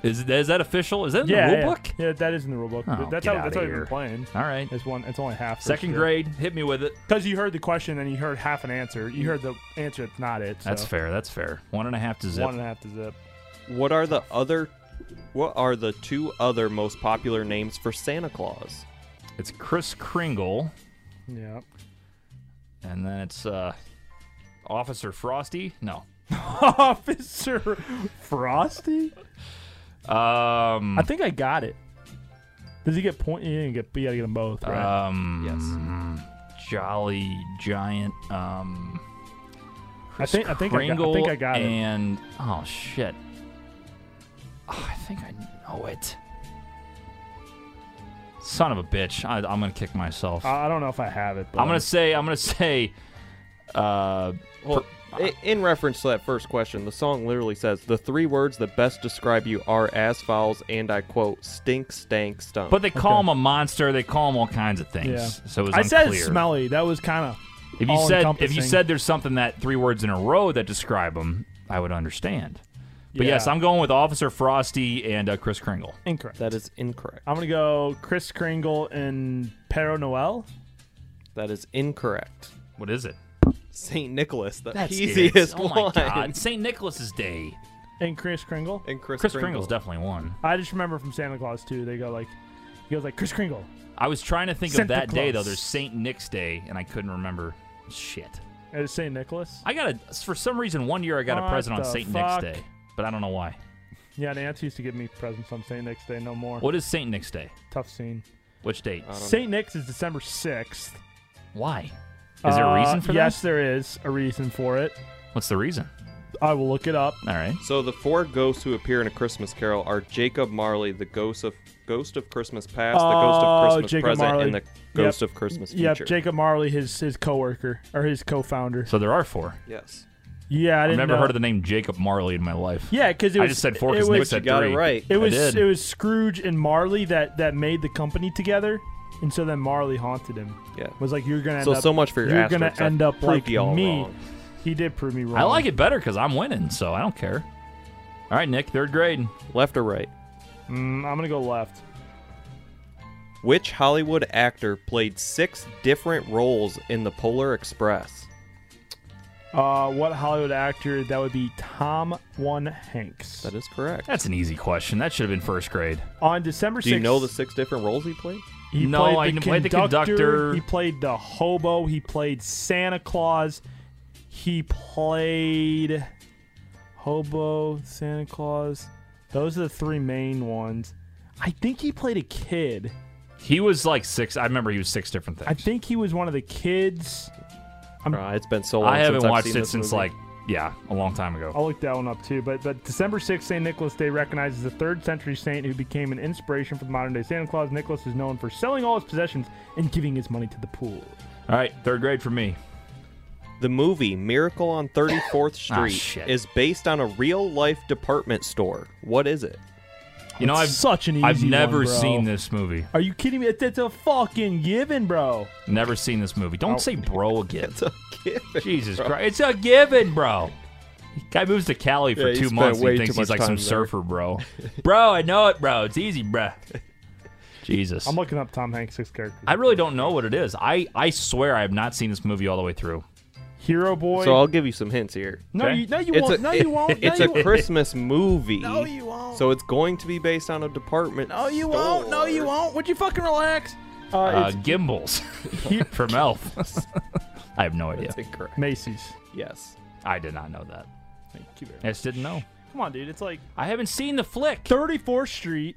Speaker 3: Is is that official? Is that in
Speaker 4: yeah,
Speaker 3: the
Speaker 4: yeah.
Speaker 3: rule book?
Speaker 4: Yeah, that is in the rule book.
Speaker 3: Oh,
Speaker 4: that's
Speaker 3: get
Speaker 4: how that's
Speaker 3: outta
Speaker 4: how you've
Speaker 3: here.
Speaker 4: been playing.
Speaker 3: All right.
Speaker 4: It's one. It's only half.
Speaker 3: Second grade. Hit me with it.
Speaker 4: Because you heard the question and you heard half an answer. You heard the answer. It's not it. So.
Speaker 3: That's fair. That's fair. One and a half to zip.
Speaker 4: One and a half to zip.
Speaker 5: What are the other? What are the two other most popular names for Santa Claus?
Speaker 3: It's Chris Kringle,
Speaker 4: Yeah.
Speaker 3: and then it's uh, Officer Frosty. No.
Speaker 4: Officer Frosty.
Speaker 3: Um.
Speaker 4: I think I got it. Does he get point? You didn't get. You gotta get them both. Right?
Speaker 3: Uh, Um. Yes. Jolly giant. Um.
Speaker 4: I think. I think. I got, I
Speaker 3: Kringle
Speaker 4: think I got it.
Speaker 3: and oh shit. Oh, I think I know it. Son of a bitch! I, I'm gonna kick myself.
Speaker 4: I I don't know if I have it. But
Speaker 3: I'm gonna say. I'm gonna say. Uh.
Speaker 5: Well, i- in reference to that first question, the song literally says the three words that best describe you are as follows, and I quote: stink, stank, stunk.
Speaker 3: But they call him a monster. They call him all kinds of things.
Speaker 4: Yeah.
Speaker 3: So it was
Speaker 4: I said
Speaker 3: unclear.
Speaker 4: smelly. That was kind of.
Speaker 3: If you said if you
Speaker 4: all-encompassing.
Speaker 3: said there's something that three words in a row that describe them, I would understand. But yes,
Speaker 4: Yeah.
Speaker 3: I'm going with Officer Frosty and uh, Chris Kringle.
Speaker 4: Incorrect.
Speaker 5: that is incorrect.
Speaker 4: I'm gonna go Chris Kringle and Pero Noel.
Speaker 5: That is incorrect.
Speaker 3: What is it?
Speaker 5: Saint Nicholas, the
Speaker 3: That's
Speaker 5: easiest
Speaker 3: it. Oh my
Speaker 5: one.
Speaker 3: God! St. Nicholas's Day.
Speaker 4: And Chris Kringle.
Speaker 5: And Chris,
Speaker 3: Chris
Speaker 5: Kringle.
Speaker 3: Kringle's definitely one.
Speaker 4: I just remember from Santa Claus too. They go like, he goes like Chris Kringle.
Speaker 3: I was trying to think of
Speaker 4: Santa
Speaker 3: that day though.
Speaker 4: Claus.
Speaker 3: There's St. Nick's Day, and I couldn't remember. Shit.
Speaker 4: And it's Saint Nicholas.
Speaker 3: I got a for some reason one year I got a
Speaker 4: What
Speaker 3: present on
Speaker 4: the
Speaker 3: St.
Speaker 4: fuck?
Speaker 3: Nick's Day, but I don't know why.
Speaker 4: Yeah, Nancy used to give me presents on Saint Nick's Day. No more.
Speaker 3: What is St. Nick's Day?
Speaker 4: Tough scene.
Speaker 3: Which date?
Speaker 5: Uh,
Speaker 4: Saint Nick's is December sixth. Uh,
Speaker 3: Why? Is there a reason for
Speaker 4: Yes, there is a reason for it.
Speaker 3: that? What's the reason?
Speaker 4: I will look it up.
Speaker 3: All right.
Speaker 5: So the four ghosts who appear in A Christmas Carol are Jacob Marley, the ghost of Ghost of Christmas Past, the Ghost
Speaker 4: Oh,
Speaker 5: of Christmas
Speaker 4: Jacob
Speaker 5: Present,
Speaker 4: Marley.
Speaker 5: and the
Speaker 4: Yep.
Speaker 5: Ghost of Christmas Future.
Speaker 4: Yep, Jacob Marley, his his coworker or his co-founder.
Speaker 3: So there are four.
Speaker 5: Yes.
Speaker 4: Yeah, I
Speaker 3: I've
Speaker 4: didn't
Speaker 3: never
Speaker 4: know.
Speaker 3: heard of the name Jacob Marley in my life.
Speaker 4: Yeah, because it
Speaker 3: I
Speaker 4: was
Speaker 3: just said four
Speaker 4: it
Speaker 3: because Nick
Speaker 4: was-
Speaker 3: said
Speaker 5: got it
Speaker 3: three.
Speaker 5: right.
Speaker 4: It was
Speaker 3: did.
Speaker 4: it was Scrooge and Marley that that made the company together, and so then Marley haunted him.
Speaker 5: Yeah.
Speaker 4: was like you're gonna end
Speaker 5: So
Speaker 4: up,
Speaker 5: so much for your
Speaker 4: you're
Speaker 5: asterisks.
Speaker 4: gonna
Speaker 5: I
Speaker 4: end up
Speaker 5: proved
Speaker 4: like
Speaker 5: you all
Speaker 4: me.
Speaker 5: wrong.
Speaker 4: He did prove me wrong.
Speaker 3: I like it better because I'm winning, so I don't care. All right, Nick, third grade.
Speaker 5: Left or right?
Speaker 4: Mm, I'm gonna go left.
Speaker 5: Which Hollywood actor played six different roles in The Polar Express?
Speaker 4: Uh, what Hollywood actor? That would be Tom One Hanks.
Speaker 5: That is correct.
Speaker 3: That's an easy question. That should have been first grade.
Speaker 4: On December
Speaker 5: Do you
Speaker 4: 6th,
Speaker 5: know the six different roles he played?
Speaker 4: He
Speaker 3: No, I
Speaker 4: played the,
Speaker 3: kn- played the conductor.
Speaker 4: He played the hobo. He played Santa Claus. He played hobo, Santa Claus. Those are the three main ones. I think he played a kid.
Speaker 3: He was like six. I remember he was six different things.
Speaker 4: I think he was one of the kids.
Speaker 5: Uh, it's been so long.
Speaker 3: I haven't
Speaker 5: since I've
Speaker 3: watched
Speaker 5: seen
Speaker 3: it
Speaker 5: this
Speaker 3: since
Speaker 5: movie.
Speaker 3: like yeah, a long time ago.
Speaker 4: I'll look that one up too. But but December 6th, St. Nicholas Day recognizes the third century saint who became an inspiration for the modern day Santa Claus. Nicholas is known for selling all his possessions and giving his money to the poor.
Speaker 3: All right, third grade for me.
Speaker 5: the movie Miracle on 34th
Speaker 3: Ah,
Speaker 5: Street
Speaker 3: shit.
Speaker 5: is based on a real life department store. What is it?
Speaker 3: You know,
Speaker 4: It's
Speaker 3: I've
Speaker 4: such an
Speaker 3: I've
Speaker 4: easy
Speaker 3: never
Speaker 4: one, bro.
Speaker 3: seen this movie.
Speaker 4: Are you kidding me? It's, it's a fucking given, bro.
Speaker 3: Never seen this movie.
Speaker 5: Oh.
Speaker 3: Don't say bro again.
Speaker 5: It's a given.
Speaker 3: Jesus Christ, it's a given, bro. Guy moves to Cali for
Speaker 5: Yeah, he
Speaker 3: two
Speaker 5: spent
Speaker 3: months. and
Speaker 5: way
Speaker 3: He thinks
Speaker 5: too
Speaker 3: he's
Speaker 5: much
Speaker 3: like some
Speaker 5: time there.
Speaker 3: surfer, bro. bro, I know it, bro. It's easy, bro. Jesus,
Speaker 4: I'm looking up Tom Hanks' six characters.
Speaker 3: I really don't know what it is. I I swear I have not seen this movie all the way through.
Speaker 4: Hero Boy.
Speaker 5: So I'll give you some hints here.
Speaker 4: no,
Speaker 3: Okay.
Speaker 4: you, no, you
Speaker 5: It's
Speaker 4: won't.
Speaker 5: a
Speaker 4: no, you won't.
Speaker 5: it's
Speaker 4: no,
Speaker 5: a
Speaker 4: you won't.
Speaker 5: Christmas movie.
Speaker 4: No, you won't.
Speaker 5: So it's going to be based on a department.
Speaker 4: No, you won't. No, you
Speaker 5: store.
Speaker 4: won't. Would you fucking relax? Uh,
Speaker 3: Uh,
Speaker 4: it's
Speaker 3: Gimbals from Elf. I have no idea.
Speaker 5: That's incorrect.
Speaker 4: Macy's.
Speaker 5: Yes.
Speaker 3: I did not know that.
Speaker 4: Thank you very
Speaker 3: I just didn't know.
Speaker 4: much. Come on, dude. It's like
Speaker 3: I haven't seen the flick.
Speaker 4: 34th Street,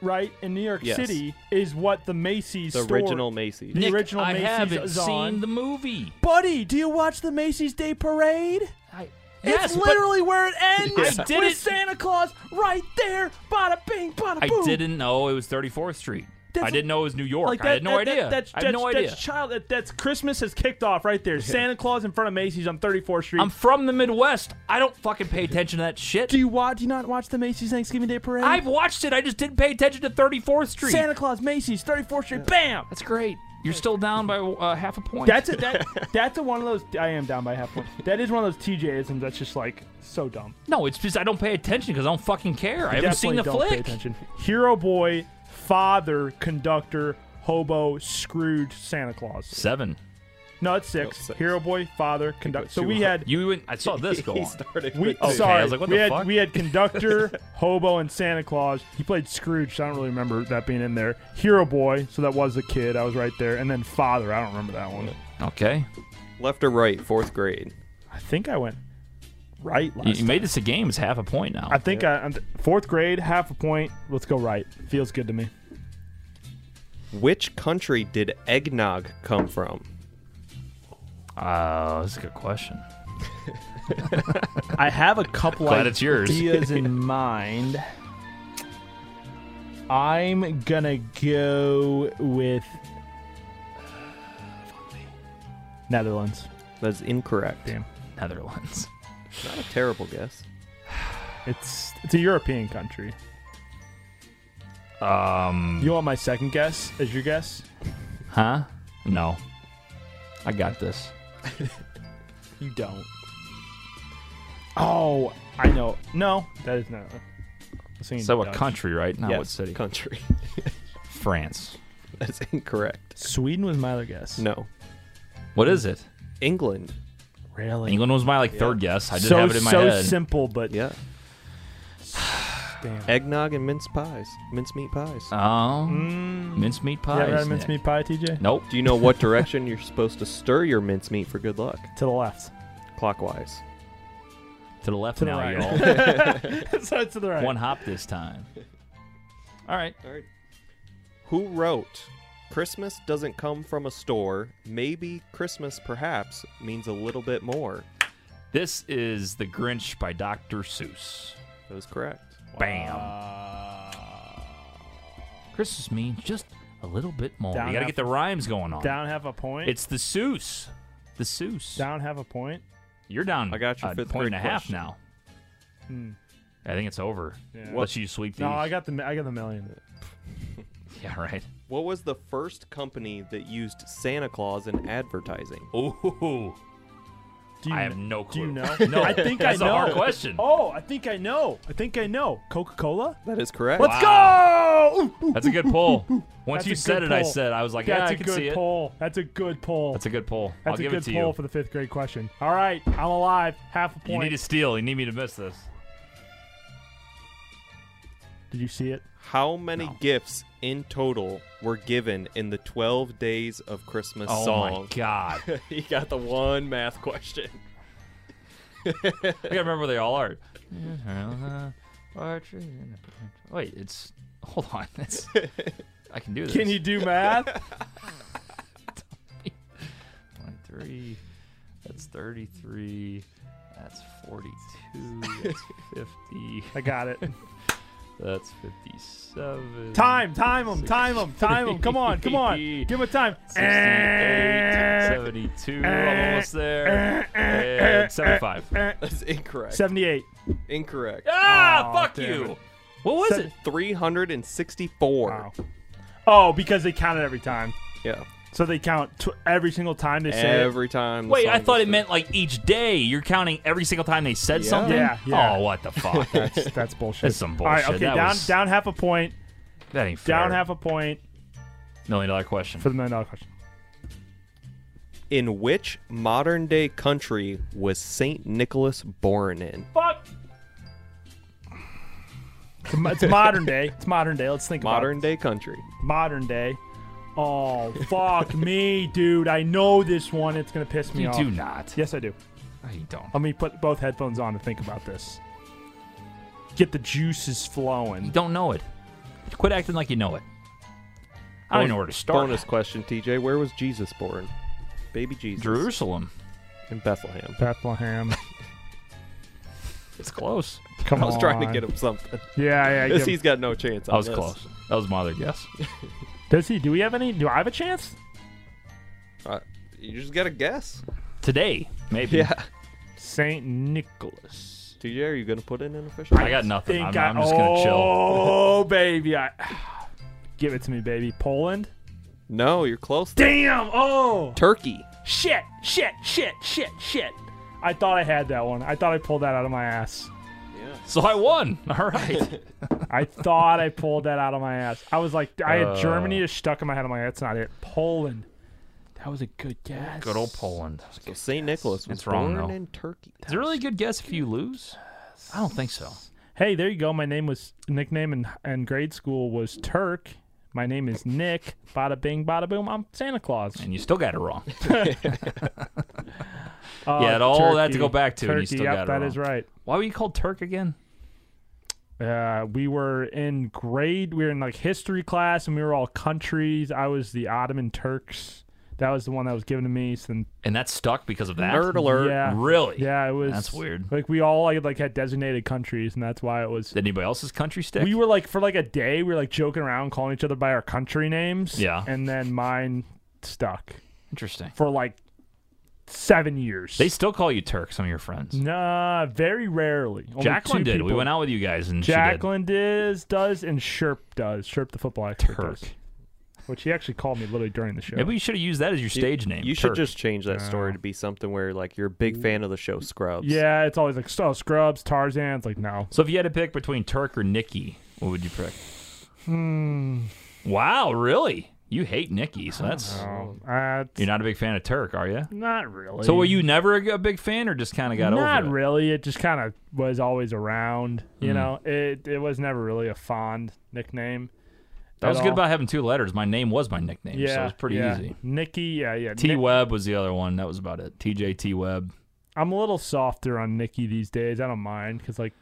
Speaker 4: right in New York
Speaker 5: Yes.
Speaker 4: City, is what the Macy's
Speaker 5: The
Speaker 4: store-
Speaker 5: original Macy's.
Speaker 4: The
Speaker 3: Nick,
Speaker 4: original
Speaker 3: I
Speaker 4: Macy's
Speaker 3: haven't
Speaker 4: is
Speaker 3: seen
Speaker 4: on.
Speaker 3: the movie.
Speaker 4: Buddy, do you watch the Macy's Day Parade?
Speaker 3: I,
Speaker 4: it's literally where it ends.
Speaker 3: I did
Speaker 4: with
Speaker 3: it-
Speaker 4: Santa Claus right there. Bada bing, bada
Speaker 3: I
Speaker 4: boom.
Speaker 3: didn't know it was 34th Street. I
Speaker 4: That's-
Speaker 3: didn't know it was New York.
Speaker 4: Like that,
Speaker 3: I had no
Speaker 4: that- that-
Speaker 3: idea.
Speaker 4: that's,
Speaker 3: I had no
Speaker 4: that's-
Speaker 3: idea.
Speaker 4: That's child. That, that's Christmas has kicked off right there. Santa Claus in front of Macy's on 34th Street.
Speaker 3: I'm from the Midwest. I don't fucking pay attention to that shit.
Speaker 4: do you watch? Do you not watch the Macy's Thanksgiving Day Parade?
Speaker 3: I've watched it. I just didn't pay attention to 34th Street.
Speaker 4: Santa Claus, Macy's, 34th Street. Bam.
Speaker 3: That's great. You're still down by uh, half a point.
Speaker 4: That's a, that. That's a one of those. I am down by half point. That is one of those TJisms that's just like so dumb.
Speaker 3: no, it's just I don't pay attention because I don't fucking care. I haven't seen the
Speaker 4: Definitely don't pay
Speaker 3: flick.
Speaker 4: attention. Hero boy, father, conductor, hobo, Scrooge, Santa Claus.
Speaker 3: Seven.
Speaker 4: No, it's six.
Speaker 5: six.
Speaker 4: Hero boy, father, conductor. So we
Speaker 5: two
Speaker 4: had
Speaker 3: You went, I saw this go
Speaker 5: He
Speaker 3: on.
Speaker 5: started
Speaker 4: we.
Speaker 5: with
Speaker 4: Oh,
Speaker 5: two.
Speaker 4: sorry.
Speaker 3: I was like, what
Speaker 4: we
Speaker 3: the
Speaker 4: had
Speaker 3: fuck?
Speaker 4: we had conductor, hobo, and Santa Claus. He played Scrooge. So I don't really remember that being in there. Hero boy. So that was the kid. I was right there. And then father. I don't remember that one.
Speaker 3: Okay.
Speaker 5: Left or right, fourth grade.
Speaker 4: I think I went right last.
Speaker 3: You, you made this a game. It's half a point now.
Speaker 4: I think I, I'm fourth grade, half a point. Let's go right. Feels good to me.
Speaker 5: Which country did eggnog come from?
Speaker 3: Uh, that's a good question.
Speaker 4: I have a couple
Speaker 3: Glad it's yours.
Speaker 4: ideas in mind. I'm gonna go with Netherlands.
Speaker 5: That's incorrect.
Speaker 4: Damn.
Speaker 3: Netherlands.
Speaker 5: Not a terrible guess.
Speaker 4: It's it's a European country.
Speaker 3: Um,
Speaker 4: You want my second guess as your guess?
Speaker 3: huh? No. I got this.
Speaker 4: You don't. Oh, I know. No, that is not. I was thinking
Speaker 3: So a
Speaker 4: Dutch.
Speaker 3: country, right? Not what
Speaker 5: yes,
Speaker 3: city?
Speaker 5: country.
Speaker 3: France.
Speaker 5: That's incorrect.
Speaker 4: Sweden was my other guess.
Speaker 5: No.
Speaker 3: What is it?
Speaker 5: England.
Speaker 4: Really?
Speaker 3: England was my like third guess. I did
Speaker 4: so
Speaker 3: have it in my
Speaker 4: so
Speaker 3: head.
Speaker 4: simple, but
Speaker 5: Yeah.
Speaker 4: damn.
Speaker 5: Eggnog and mince pies. Mincemeat pies.
Speaker 3: Oh, mincemeat
Speaker 4: Mm. Yeah,
Speaker 3: pies.
Speaker 4: right, mincemeat pie, TJ.
Speaker 3: Nope.
Speaker 5: Do you know what direction you're supposed to stir your mincemeat for good luck?
Speaker 4: To the left.
Speaker 5: Clockwise.
Speaker 3: To the left
Speaker 4: To the
Speaker 3: now,
Speaker 4: right.
Speaker 3: y'all.
Speaker 4: so it's to the right.
Speaker 3: One hop this time. All right.
Speaker 5: Who wrote Christmas doesn't come from a store? Maybe Christmas perhaps means a little bit more.
Speaker 3: This is The Grinch by Dr. Seuss.
Speaker 5: That was correct.
Speaker 3: Bam. Christmas means just a little bit more.
Speaker 4: Down
Speaker 3: you got to
Speaker 4: half-
Speaker 3: get the rhymes going on.
Speaker 4: Down half a point.
Speaker 3: It's the Seuss. The Seuss.
Speaker 4: down half a point.
Speaker 3: You're down.
Speaker 5: I got your
Speaker 3: a
Speaker 5: fifth
Speaker 3: point and
Speaker 5: grade
Speaker 3: a half
Speaker 5: question.
Speaker 3: now. I think it's over. Let's you sweep these.
Speaker 4: Hmm. No, I got the I got the million.
Speaker 3: yeah, right.
Speaker 5: What was the first company that used Santa Claus in advertising?
Speaker 3: Ooh.
Speaker 4: Do you
Speaker 3: I have no
Speaker 4: Do
Speaker 3: clue.
Speaker 4: you know?
Speaker 3: No,
Speaker 4: I think
Speaker 3: that's
Speaker 4: I
Speaker 3: a
Speaker 4: know.
Speaker 3: hard question.
Speaker 4: Oh, I think I know. I think I know. Coca Cola.
Speaker 5: That is correct.
Speaker 4: Let's go. Ooh, ooh,
Speaker 3: That's a good poll. Once
Speaker 4: That's
Speaker 3: you
Speaker 4: a
Speaker 3: said
Speaker 4: good
Speaker 3: it, I
Speaker 4: poll.
Speaker 3: said I was like, yeah,
Speaker 4: That's
Speaker 3: I
Speaker 4: a
Speaker 3: can see
Speaker 4: good
Speaker 3: it.
Speaker 4: poll. That's a good poll.
Speaker 3: That's a good poll. I'll
Speaker 4: That's a
Speaker 3: give
Speaker 4: good
Speaker 3: it to
Speaker 4: poll
Speaker 3: you.
Speaker 4: for the fifth grade question. All right, I'm alive. Half a
Speaker 3: you
Speaker 4: point.
Speaker 3: need to steal. You need me to miss this.
Speaker 4: Did you see it?
Speaker 5: How many gifts in total were given in the 12 days of Christmas
Speaker 3: Oh
Speaker 5: song?
Speaker 3: my god! I
Speaker 5: he got the one math question.
Speaker 3: gotta remember where they all are. Wait, it's hold on. It's, I can do this.
Speaker 4: Can you do math?
Speaker 3: Twenty-three. That's thirty-three. That's forty-two. That's fifty.
Speaker 4: I got it.
Speaker 3: That's fifty-seven.
Speaker 4: Time, time them, time them, time them. Come on, come on. Give them a time.
Speaker 3: 68, 72. I'm almost there. And 75.
Speaker 5: That's incorrect.
Speaker 4: Seventy-eight.
Speaker 5: Incorrect.
Speaker 3: Ah, fuck
Speaker 4: damn
Speaker 3: you.
Speaker 4: it.
Speaker 3: What was it?
Speaker 5: 364.
Speaker 4: Wow. Oh, because they count it every time.
Speaker 5: Yeah.
Speaker 4: So they count tw- every single time they say it.
Speaker 5: Every time. the
Speaker 3: Wait, I
Speaker 5: song
Speaker 3: thought
Speaker 5: was
Speaker 3: it meant like each day. You're counting every single time they said
Speaker 5: Yeah.
Speaker 3: something.
Speaker 4: Yeah, yeah.
Speaker 3: Oh, what the fuck?
Speaker 4: That's, that's bullshit.
Speaker 3: That's some
Speaker 4: All right,
Speaker 3: bullshit.
Speaker 4: okay,
Speaker 3: That
Speaker 4: down
Speaker 3: was-
Speaker 4: down half a point.
Speaker 3: that ain't fair.
Speaker 4: Down half a point
Speaker 3: million dollar question.
Speaker 4: for the million dollar question.
Speaker 5: In which modern day country was St. Nicholas born in?
Speaker 4: Fuck. It's, mo- it's modern day. It's modern day. Let's think
Speaker 5: Modern
Speaker 4: about
Speaker 5: day country.
Speaker 4: it. modern day. Oh fuck me, dude! I know this one. It's gonna piss me
Speaker 3: you
Speaker 4: off.
Speaker 3: do not.
Speaker 4: Yes, I do.
Speaker 3: No, you don't.
Speaker 4: Let me put both headphones on to think about this. Get the juices
Speaker 3: You
Speaker 4: flowing.
Speaker 3: don't know it. Quit acting like you know it. I don't even know where to start.
Speaker 5: Bonus question, TJ. Where was Jesus born? Baby Jesus.
Speaker 3: Jerusalem.
Speaker 5: In Bethlehem.
Speaker 4: Bethlehem.
Speaker 3: It's close.
Speaker 4: Come
Speaker 5: I was
Speaker 4: on.
Speaker 5: trying to get him something.
Speaker 4: Yeah, yeah.
Speaker 5: Because
Speaker 4: give-
Speaker 5: he's got no chance. On
Speaker 3: I was
Speaker 5: this.
Speaker 3: close. That was my other guess.
Speaker 4: Does he? Do we have any? Do I have a chance?
Speaker 5: Uh, you just gotta guess.
Speaker 3: Today, maybe.
Speaker 5: Yeah.
Speaker 4: Saint Nicholas.
Speaker 5: TJ, are you gonna put in an official?
Speaker 3: I got nothing. I'm,
Speaker 4: think I-
Speaker 3: I'm just gonna chill.
Speaker 4: Oh, baby. I, give it to me, baby. Poland?
Speaker 5: No, you're close.
Speaker 4: Damn. Oh,
Speaker 5: Turkey.
Speaker 4: shit, shit, shit, shit, shit. I thought I had that one. I thought I pulled that out of my ass.
Speaker 3: So I won. All right.
Speaker 4: I thought I pulled that out of my ass. I was like, I had
Speaker 3: Uh.
Speaker 4: Germany just stuck in my head. I'm like, that's not it. Poland. That was a good guess.
Speaker 3: Good old Poland.
Speaker 5: So St. Nicholas was
Speaker 3: It's wrong,
Speaker 5: born
Speaker 3: though.
Speaker 5: in Turkey.
Speaker 3: Is it a really good guess if you lose? I don't think so.
Speaker 4: Hey, there you go. My name was nickname in, in grade school was Turk. My name is Nick. Bada bing, bada boom. I'm Santa Claus.
Speaker 3: And you still got it wrong. yeah, had all that to go back to,
Speaker 4: Uh, Turkey,
Speaker 3: and you still
Speaker 4: yep,
Speaker 3: got it
Speaker 4: that
Speaker 3: wrong.
Speaker 4: is right.
Speaker 3: Why were you called Turk again?
Speaker 4: Uh, we were in grade. We were in like history class, and we were all countries. I was the Ottoman Turks. That was the one that was given to me. So then,
Speaker 3: And that stuck because of that.
Speaker 5: Nerd alert.
Speaker 4: yeah,
Speaker 3: Really?
Speaker 4: yeah, it was.
Speaker 3: That's weird.
Speaker 4: Like we all like, like had designated countries, and that's why it was.
Speaker 3: Did anybody else's country stick?
Speaker 4: We were like for like a day, we were like joking around, calling each other by our country names.
Speaker 3: Yeah.
Speaker 4: and then mine stuck
Speaker 3: Interesting.
Speaker 4: for like seven years.
Speaker 3: They still call you Turk, some of your friends.
Speaker 4: nah, very rarely. Only
Speaker 3: Jacqueline
Speaker 4: two
Speaker 3: did. We
Speaker 4: people-
Speaker 3: went out with you guys, and
Speaker 4: Jacqueline does, does and Sherp does. Sherp the football
Speaker 3: she
Speaker 4: expert
Speaker 3: did. Turk.
Speaker 4: does. Which he actually called me literally during the show.
Speaker 3: Maybe you should have used that as your stage name.
Speaker 5: You should
Speaker 3: Turk.
Speaker 5: just change that story to be something where like you're a big fan of the show Scrubs.
Speaker 4: yeah, it's always like oh, Scrubs, Tarzan. It's like no.
Speaker 3: So if you had to pick between Turk or Nikki, what would you pick? Hmm. Wow, really? You hate Nikki, so that's
Speaker 4: Uh, it's
Speaker 3: you're not a big fan of Turk, are you?
Speaker 4: not really.
Speaker 3: So were you never a a big fan, or just kind of got
Speaker 4: Not
Speaker 3: over it?
Speaker 4: really. It just kind of was always around.
Speaker 3: Mm.
Speaker 4: You know, it it was never really a fond nickname.
Speaker 3: That was
Speaker 4: at
Speaker 3: good
Speaker 4: all.
Speaker 3: about having two letters. My name was my nickname,
Speaker 4: Yeah,
Speaker 3: so it was pretty
Speaker 4: yeah.
Speaker 3: easy.
Speaker 4: Nikki, yeah, yeah.
Speaker 3: T
Speaker 4: Nick-
Speaker 3: Webb was the other one. That was about it. TJ T Webb.
Speaker 4: I'm a little softer on Nikki these days. I don't mind because like.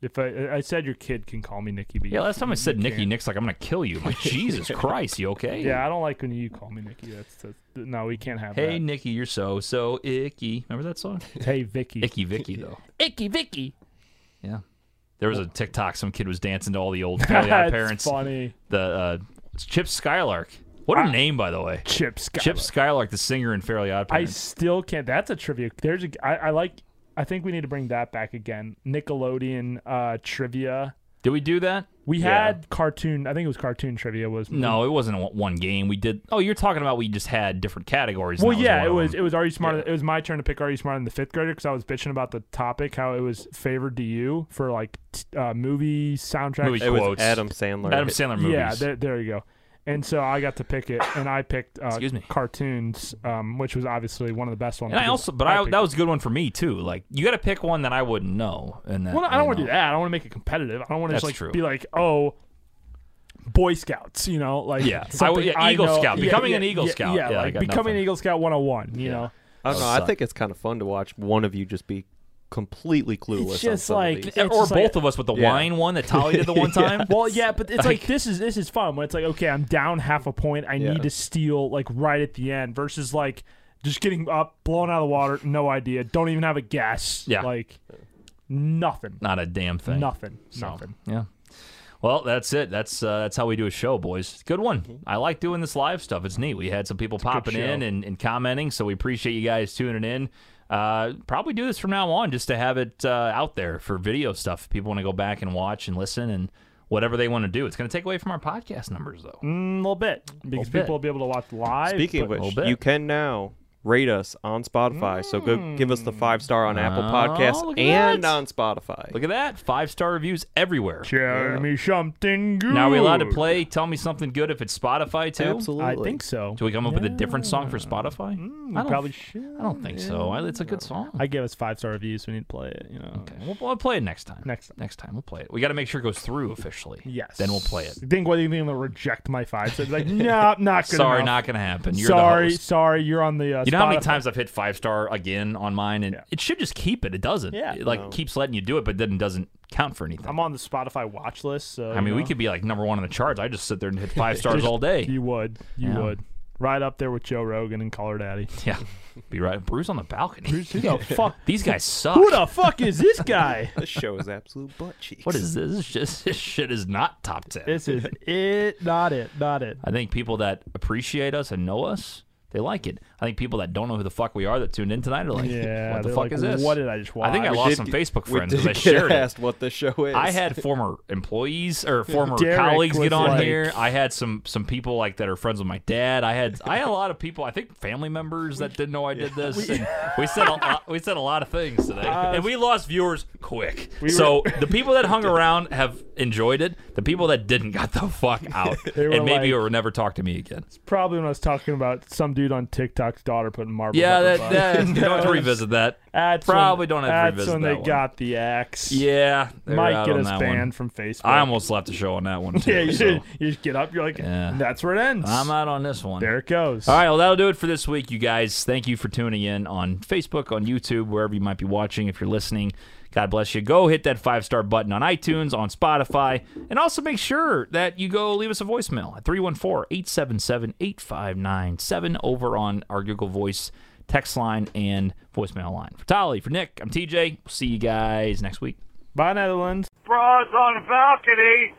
Speaker 4: If I, I said your kid can call me Nikki, but
Speaker 3: Yeah,
Speaker 4: you-
Speaker 3: last time I
Speaker 4: you
Speaker 3: said Nikki,
Speaker 4: can't.
Speaker 3: Nick's like, I'm gonna kill you. I'm like, Jesus Christ, you okay?
Speaker 4: Yeah, I don't like when you call me Nikki. That's, that's no, we can't have
Speaker 3: Hey Nikki, you're so so icky. Remember that song?
Speaker 4: that. Hey, Vicky.
Speaker 3: Icky Vicky though. Icky Vicky. Yeah. There was a TikTok. Some kid was dancing to all the old Fairly Odd
Speaker 4: That's
Speaker 3: Parents.
Speaker 4: funny.
Speaker 3: The uh, it's Chip Skylark. What a name, by the way.
Speaker 4: Chip Skylar.
Speaker 3: Chip Skylark, the singer in Fairly Odd
Speaker 4: Ah. I
Speaker 3: Parents.
Speaker 4: still can't. That's a trivia. There's a. I, I like. I think we need to bring that back again. Nickelodeon uh, trivia.
Speaker 3: Did we do that?
Speaker 4: We had cartoon. I think it was cartoon trivia. Was
Speaker 3: No, it wasn't one- one game. We did. Oh, you're talking about we just had different categories. and
Speaker 4: Well,
Speaker 3: that
Speaker 4: yeah,
Speaker 3: one
Speaker 4: it
Speaker 3: of
Speaker 4: was.
Speaker 3: them.
Speaker 4: It was. Are you smarter? It was my turn to pick. Are you smarter than the fifth grader? Because I was bitching about the topic, how it was favored to you for like t- uh, movie soundtrack.
Speaker 3: Movie
Speaker 5: It was
Speaker 3: Quotes.
Speaker 5: Adam Sandler.
Speaker 3: Adam Sandler movies.
Speaker 4: Yeah, there, there you go. And so I got to pick it, and I picked uh,
Speaker 3: Excuse me.
Speaker 4: cartoons, um, which was obviously one of the best ones.
Speaker 3: and I
Speaker 4: because
Speaker 3: also, but I,
Speaker 4: picked-
Speaker 3: that was a good one for me too. Like you got to pick one that I wouldn't know, and that,
Speaker 4: Well, I
Speaker 3: you
Speaker 4: don't want to
Speaker 3: know.
Speaker 4: do that. I don't want to make it competitive. I don't want to just
Speaker 3: Mm. That's true.
Speaker 4: like be like, oh, Boy Scouts, you know, like
Speaker 3: Yeah. I
Speaker 4: something
Speaker 3: would- yeah, Eagle
Speaker 4: know-
Speaker 3: Scout.
Speaker 4: yeah,
Speaker 3: Becoming
Speaker 4: yeah,
Speaker 3: an Eagle
Speaker 4: yeah,
Speaker 3: Scout.
Speaker 4: yeah,
Speaker 3: Yeah, I
Speaker 4: like
Speaker 3: got
Speaker 4: becoming an
Speaker 3: nothing.
Speaker 4: Eagle Scout 101, you know.
Speaker 5: I don't
Speaker 3: That
Speaker 5: know.
Speaker 3: would
Speaker 5: I
Speaker 3: suck.
Speaker 5: think it's kind of fun to watch one of you just be completely clueless.
Speaker 4: It's
Speaker 5: on
Speaker 4: just
Speaker 5: some of
Speaker 4: like
Speaker 5: these.
Speaker 4: it's
Speaker 3: or
Speaker 4: just
Speaker 3: both
Speaker 4: like-
Speaker 3: of us with the
Speaker 5: Yeah.
Speaker 3: wine one that Tolly did the one time.
Speaker 4: Well, yeah, but it's like, this is this is fun when it's like okay, I'm down half a point. I
Speaker 5: Yeah.
Speaker 4: need to steal like right at the end versus like just getting up, blown out of the water, no idea, don't even have a guess.
Speaker 3: Yeah.
Speaker 4: like nothing,
Speaker 3: not a damn thing.
Speaker 4: nothing,
Speaker 3: So,
Speaker 4: nothing.
Speaker 3: Yeah. Well, that's it. That's uh, that's how we do a show, boys. Good one.
Speaker 4: Mm-hmm.
Speaker 3: I like doing this live stuff. It's neat. We had some people popping in and, and commenting, so we appreciate you guys tuning in. Uh, probably do this from now on just to have it uh, out there for video stuff. If People want to go back and watch and listen and whatever they want to do. It's going to take away from our podcast numbers, though.
Speaker 4: Mm, a little bit because
Speaker 3: bit.
Speaker 4: people will be able to watch live.
Speaker 5: Speaking of
Speaker 4: but-
Speaker 5: which,
Speaker 3: bit.
Speaker 5: you can now rate us on Spotify. So go give us the
Speaker 4: Mm.
Speaker 5: five star on Apple Podcasts
Speaker 3: Oh, look at
Speaker 5: and
Speaker 3: that.
Speaker 5: on Spotify.
Speaker 3: Look at that. Five star reviews everywhere.
Speaker 4: Tell me something good.
Speaker 3: Now, are we allowed to play Tell Me Something Good if it's Spotify, too?
Speaker 4: I
Speaker 5: Absolutely.
Speaker 4: think so.
Speaker 3: Should we come up with a different song for Spotify? I don't,
Speaker 4: Mm, probably should.
Speaker 3: I don't think so. I, it's a good song.
Speaker 4: I gave us five star reviews. We need to play it. You know.
Speaker 3: Okay, We'll, we'll play it next time.
Speaker 4: Next time.
Speaker 3: Next time we'll play it. We got to make sure it goes through officially.
Speaker 4: Yes.
Speaker 3: Then we'll play it.
Speaker 4: You think what you think? They'll reject my five. So it's like, no, not good
Speaker 3: sorry,
Speaker 4: enough.
Speaker 3: not gonna happen. You're
Speaker 4: sorry,
Speaker 3: The host.
Speaker 4: sorry. You're on the. Uh,
Speaker 3: You know how many
Speaker 4: Spotify.
Speaker 3: times I've hit five star again on mine, and
Speaker 4: Yeah.
Speaker 3: it should just keep it. It doesn't.
Speaker 4: Yeah.
Speaker 3: It, like keeps letting you do it, but then doesn't count for anything.
Speaker 4: I'm on the Spotify watch list. So
Speaker 3: I mean,
Speaker 4: you
Speaker 3: we
Speaker 4: know.
Speaker 3: could be like number one on the charts. I just sit there and hit five stars all day.
Speaker 4: You would. You
Speaker 3: Yeah.
Speaker 4: would. Right up there with Joe Rogan and Caller Daddy.
Speaker 3: Yeah. Be right. Bruce on the balcony.
Speaker 4: Who the fuck?
Speaker 3: These guys suck.
Speaker 4: Who the fuck is this guy?
Speaker 5: this show is absolute butt cheeks.
Speaker 3: what is this? This, is just, this shit is not top ten.
Speaker 4: this is it. Not it. Not it.
Speaker 3: I think people that appreciate us and know us, they like it. I think people that don't know who the fuck we are that tuned in tonight are like,
Speaker 4: Yeah,
Speaker 3: what the
Speaker 4: they're
Speaker 3: fuck
Speaker 4: like,
Speaker 3: is this?
Speaker 4: "What did I just
Speaker 3: I think I
Speaker 4: watch?"
Speaker 3: lost
Speaker 5: Did
Speaker 3: some
Speaker 5: get-
Speaker 3: Facebook
Speaker 5: we
Speaker 3: friends
Speaker 5: did
Speaker 3: because I
Speaker 5: get
Speaker 3: shared it.
Speaker 5: asked what the show is.
Speaker 3: I had former employees or former
Speaker 4: Derek
Speaker 3: colleagues
Speaker 4: was
Speaker 3: get on
Speaker 4: like-
Speaker 3: here. I had some some people like that are friends with my dad. I had I had a lot of people. I think family members that didn't know I did this. and We, said a lot, we said a lot of things today,
Speaker 4: Uh,
Speaker 3: and we lost viewers quick. so the people that hung around have enjoyed it. The people that didn't got the fuck out,
Speaker 4: were
Speaker 3: and maybe
Speaker 4: like-
Speaker 3: will never talk to me again.
Speaker 4: Probably when I was talking about some dude on TikTok's daughter putting marbles.
Speaker 3: Yeah,
Speaker 4: up her
Speaker 3: that,
Speaker 4: butt.
Speaker 3: that don't have to revisit that.
Speaker 4: That's
Speaker 3: Probably
Speaker 4: when,
Speaker 3: don't have to
Speaker 4: That's
Speaker 3: revisit
Speaker 4: when
Speaker 3: that
Speaker 4: they
Speaker 3: one.
Speaker 4: got the axe.
Speaker 3: Yeah, they were
Speaker 4: might
Speaker 3: out
Speaker 4: get
Speaker 3: on
Speaker 4: us
Speaker 3: that
Speaker 4: banned
Speaker 3: one.
Speaker 4: from Facebook.
Speaker 3: I almost left the show on that one too.
Speaker 4: yeah, you,
Speaker 3: so
Speaker 4: should, you just get up. You're like,
Speaker 3: Yeah.
Speaker 4: that's where it ends.
Speaker 3: I'm out on this one.
Speaker 4: there it goes.
Speaker 3: All right, well, that'll do it for this week, you guys. Thank you for tuning in on Facebook, on YouTube, wherever you might be watching. If you're listening, God bless you. Go hit that five star button on iTunes, on Spotify, and also make sure that you go leave us a voicemail at 314 877 8597 over on our Google Voice text line and voicemail line. For Tolly, for Nick, I'm TJ. We'll see you guys next week.
Speaker 4: Bye, Netherlands.
Speaker 10: Bras on balcony.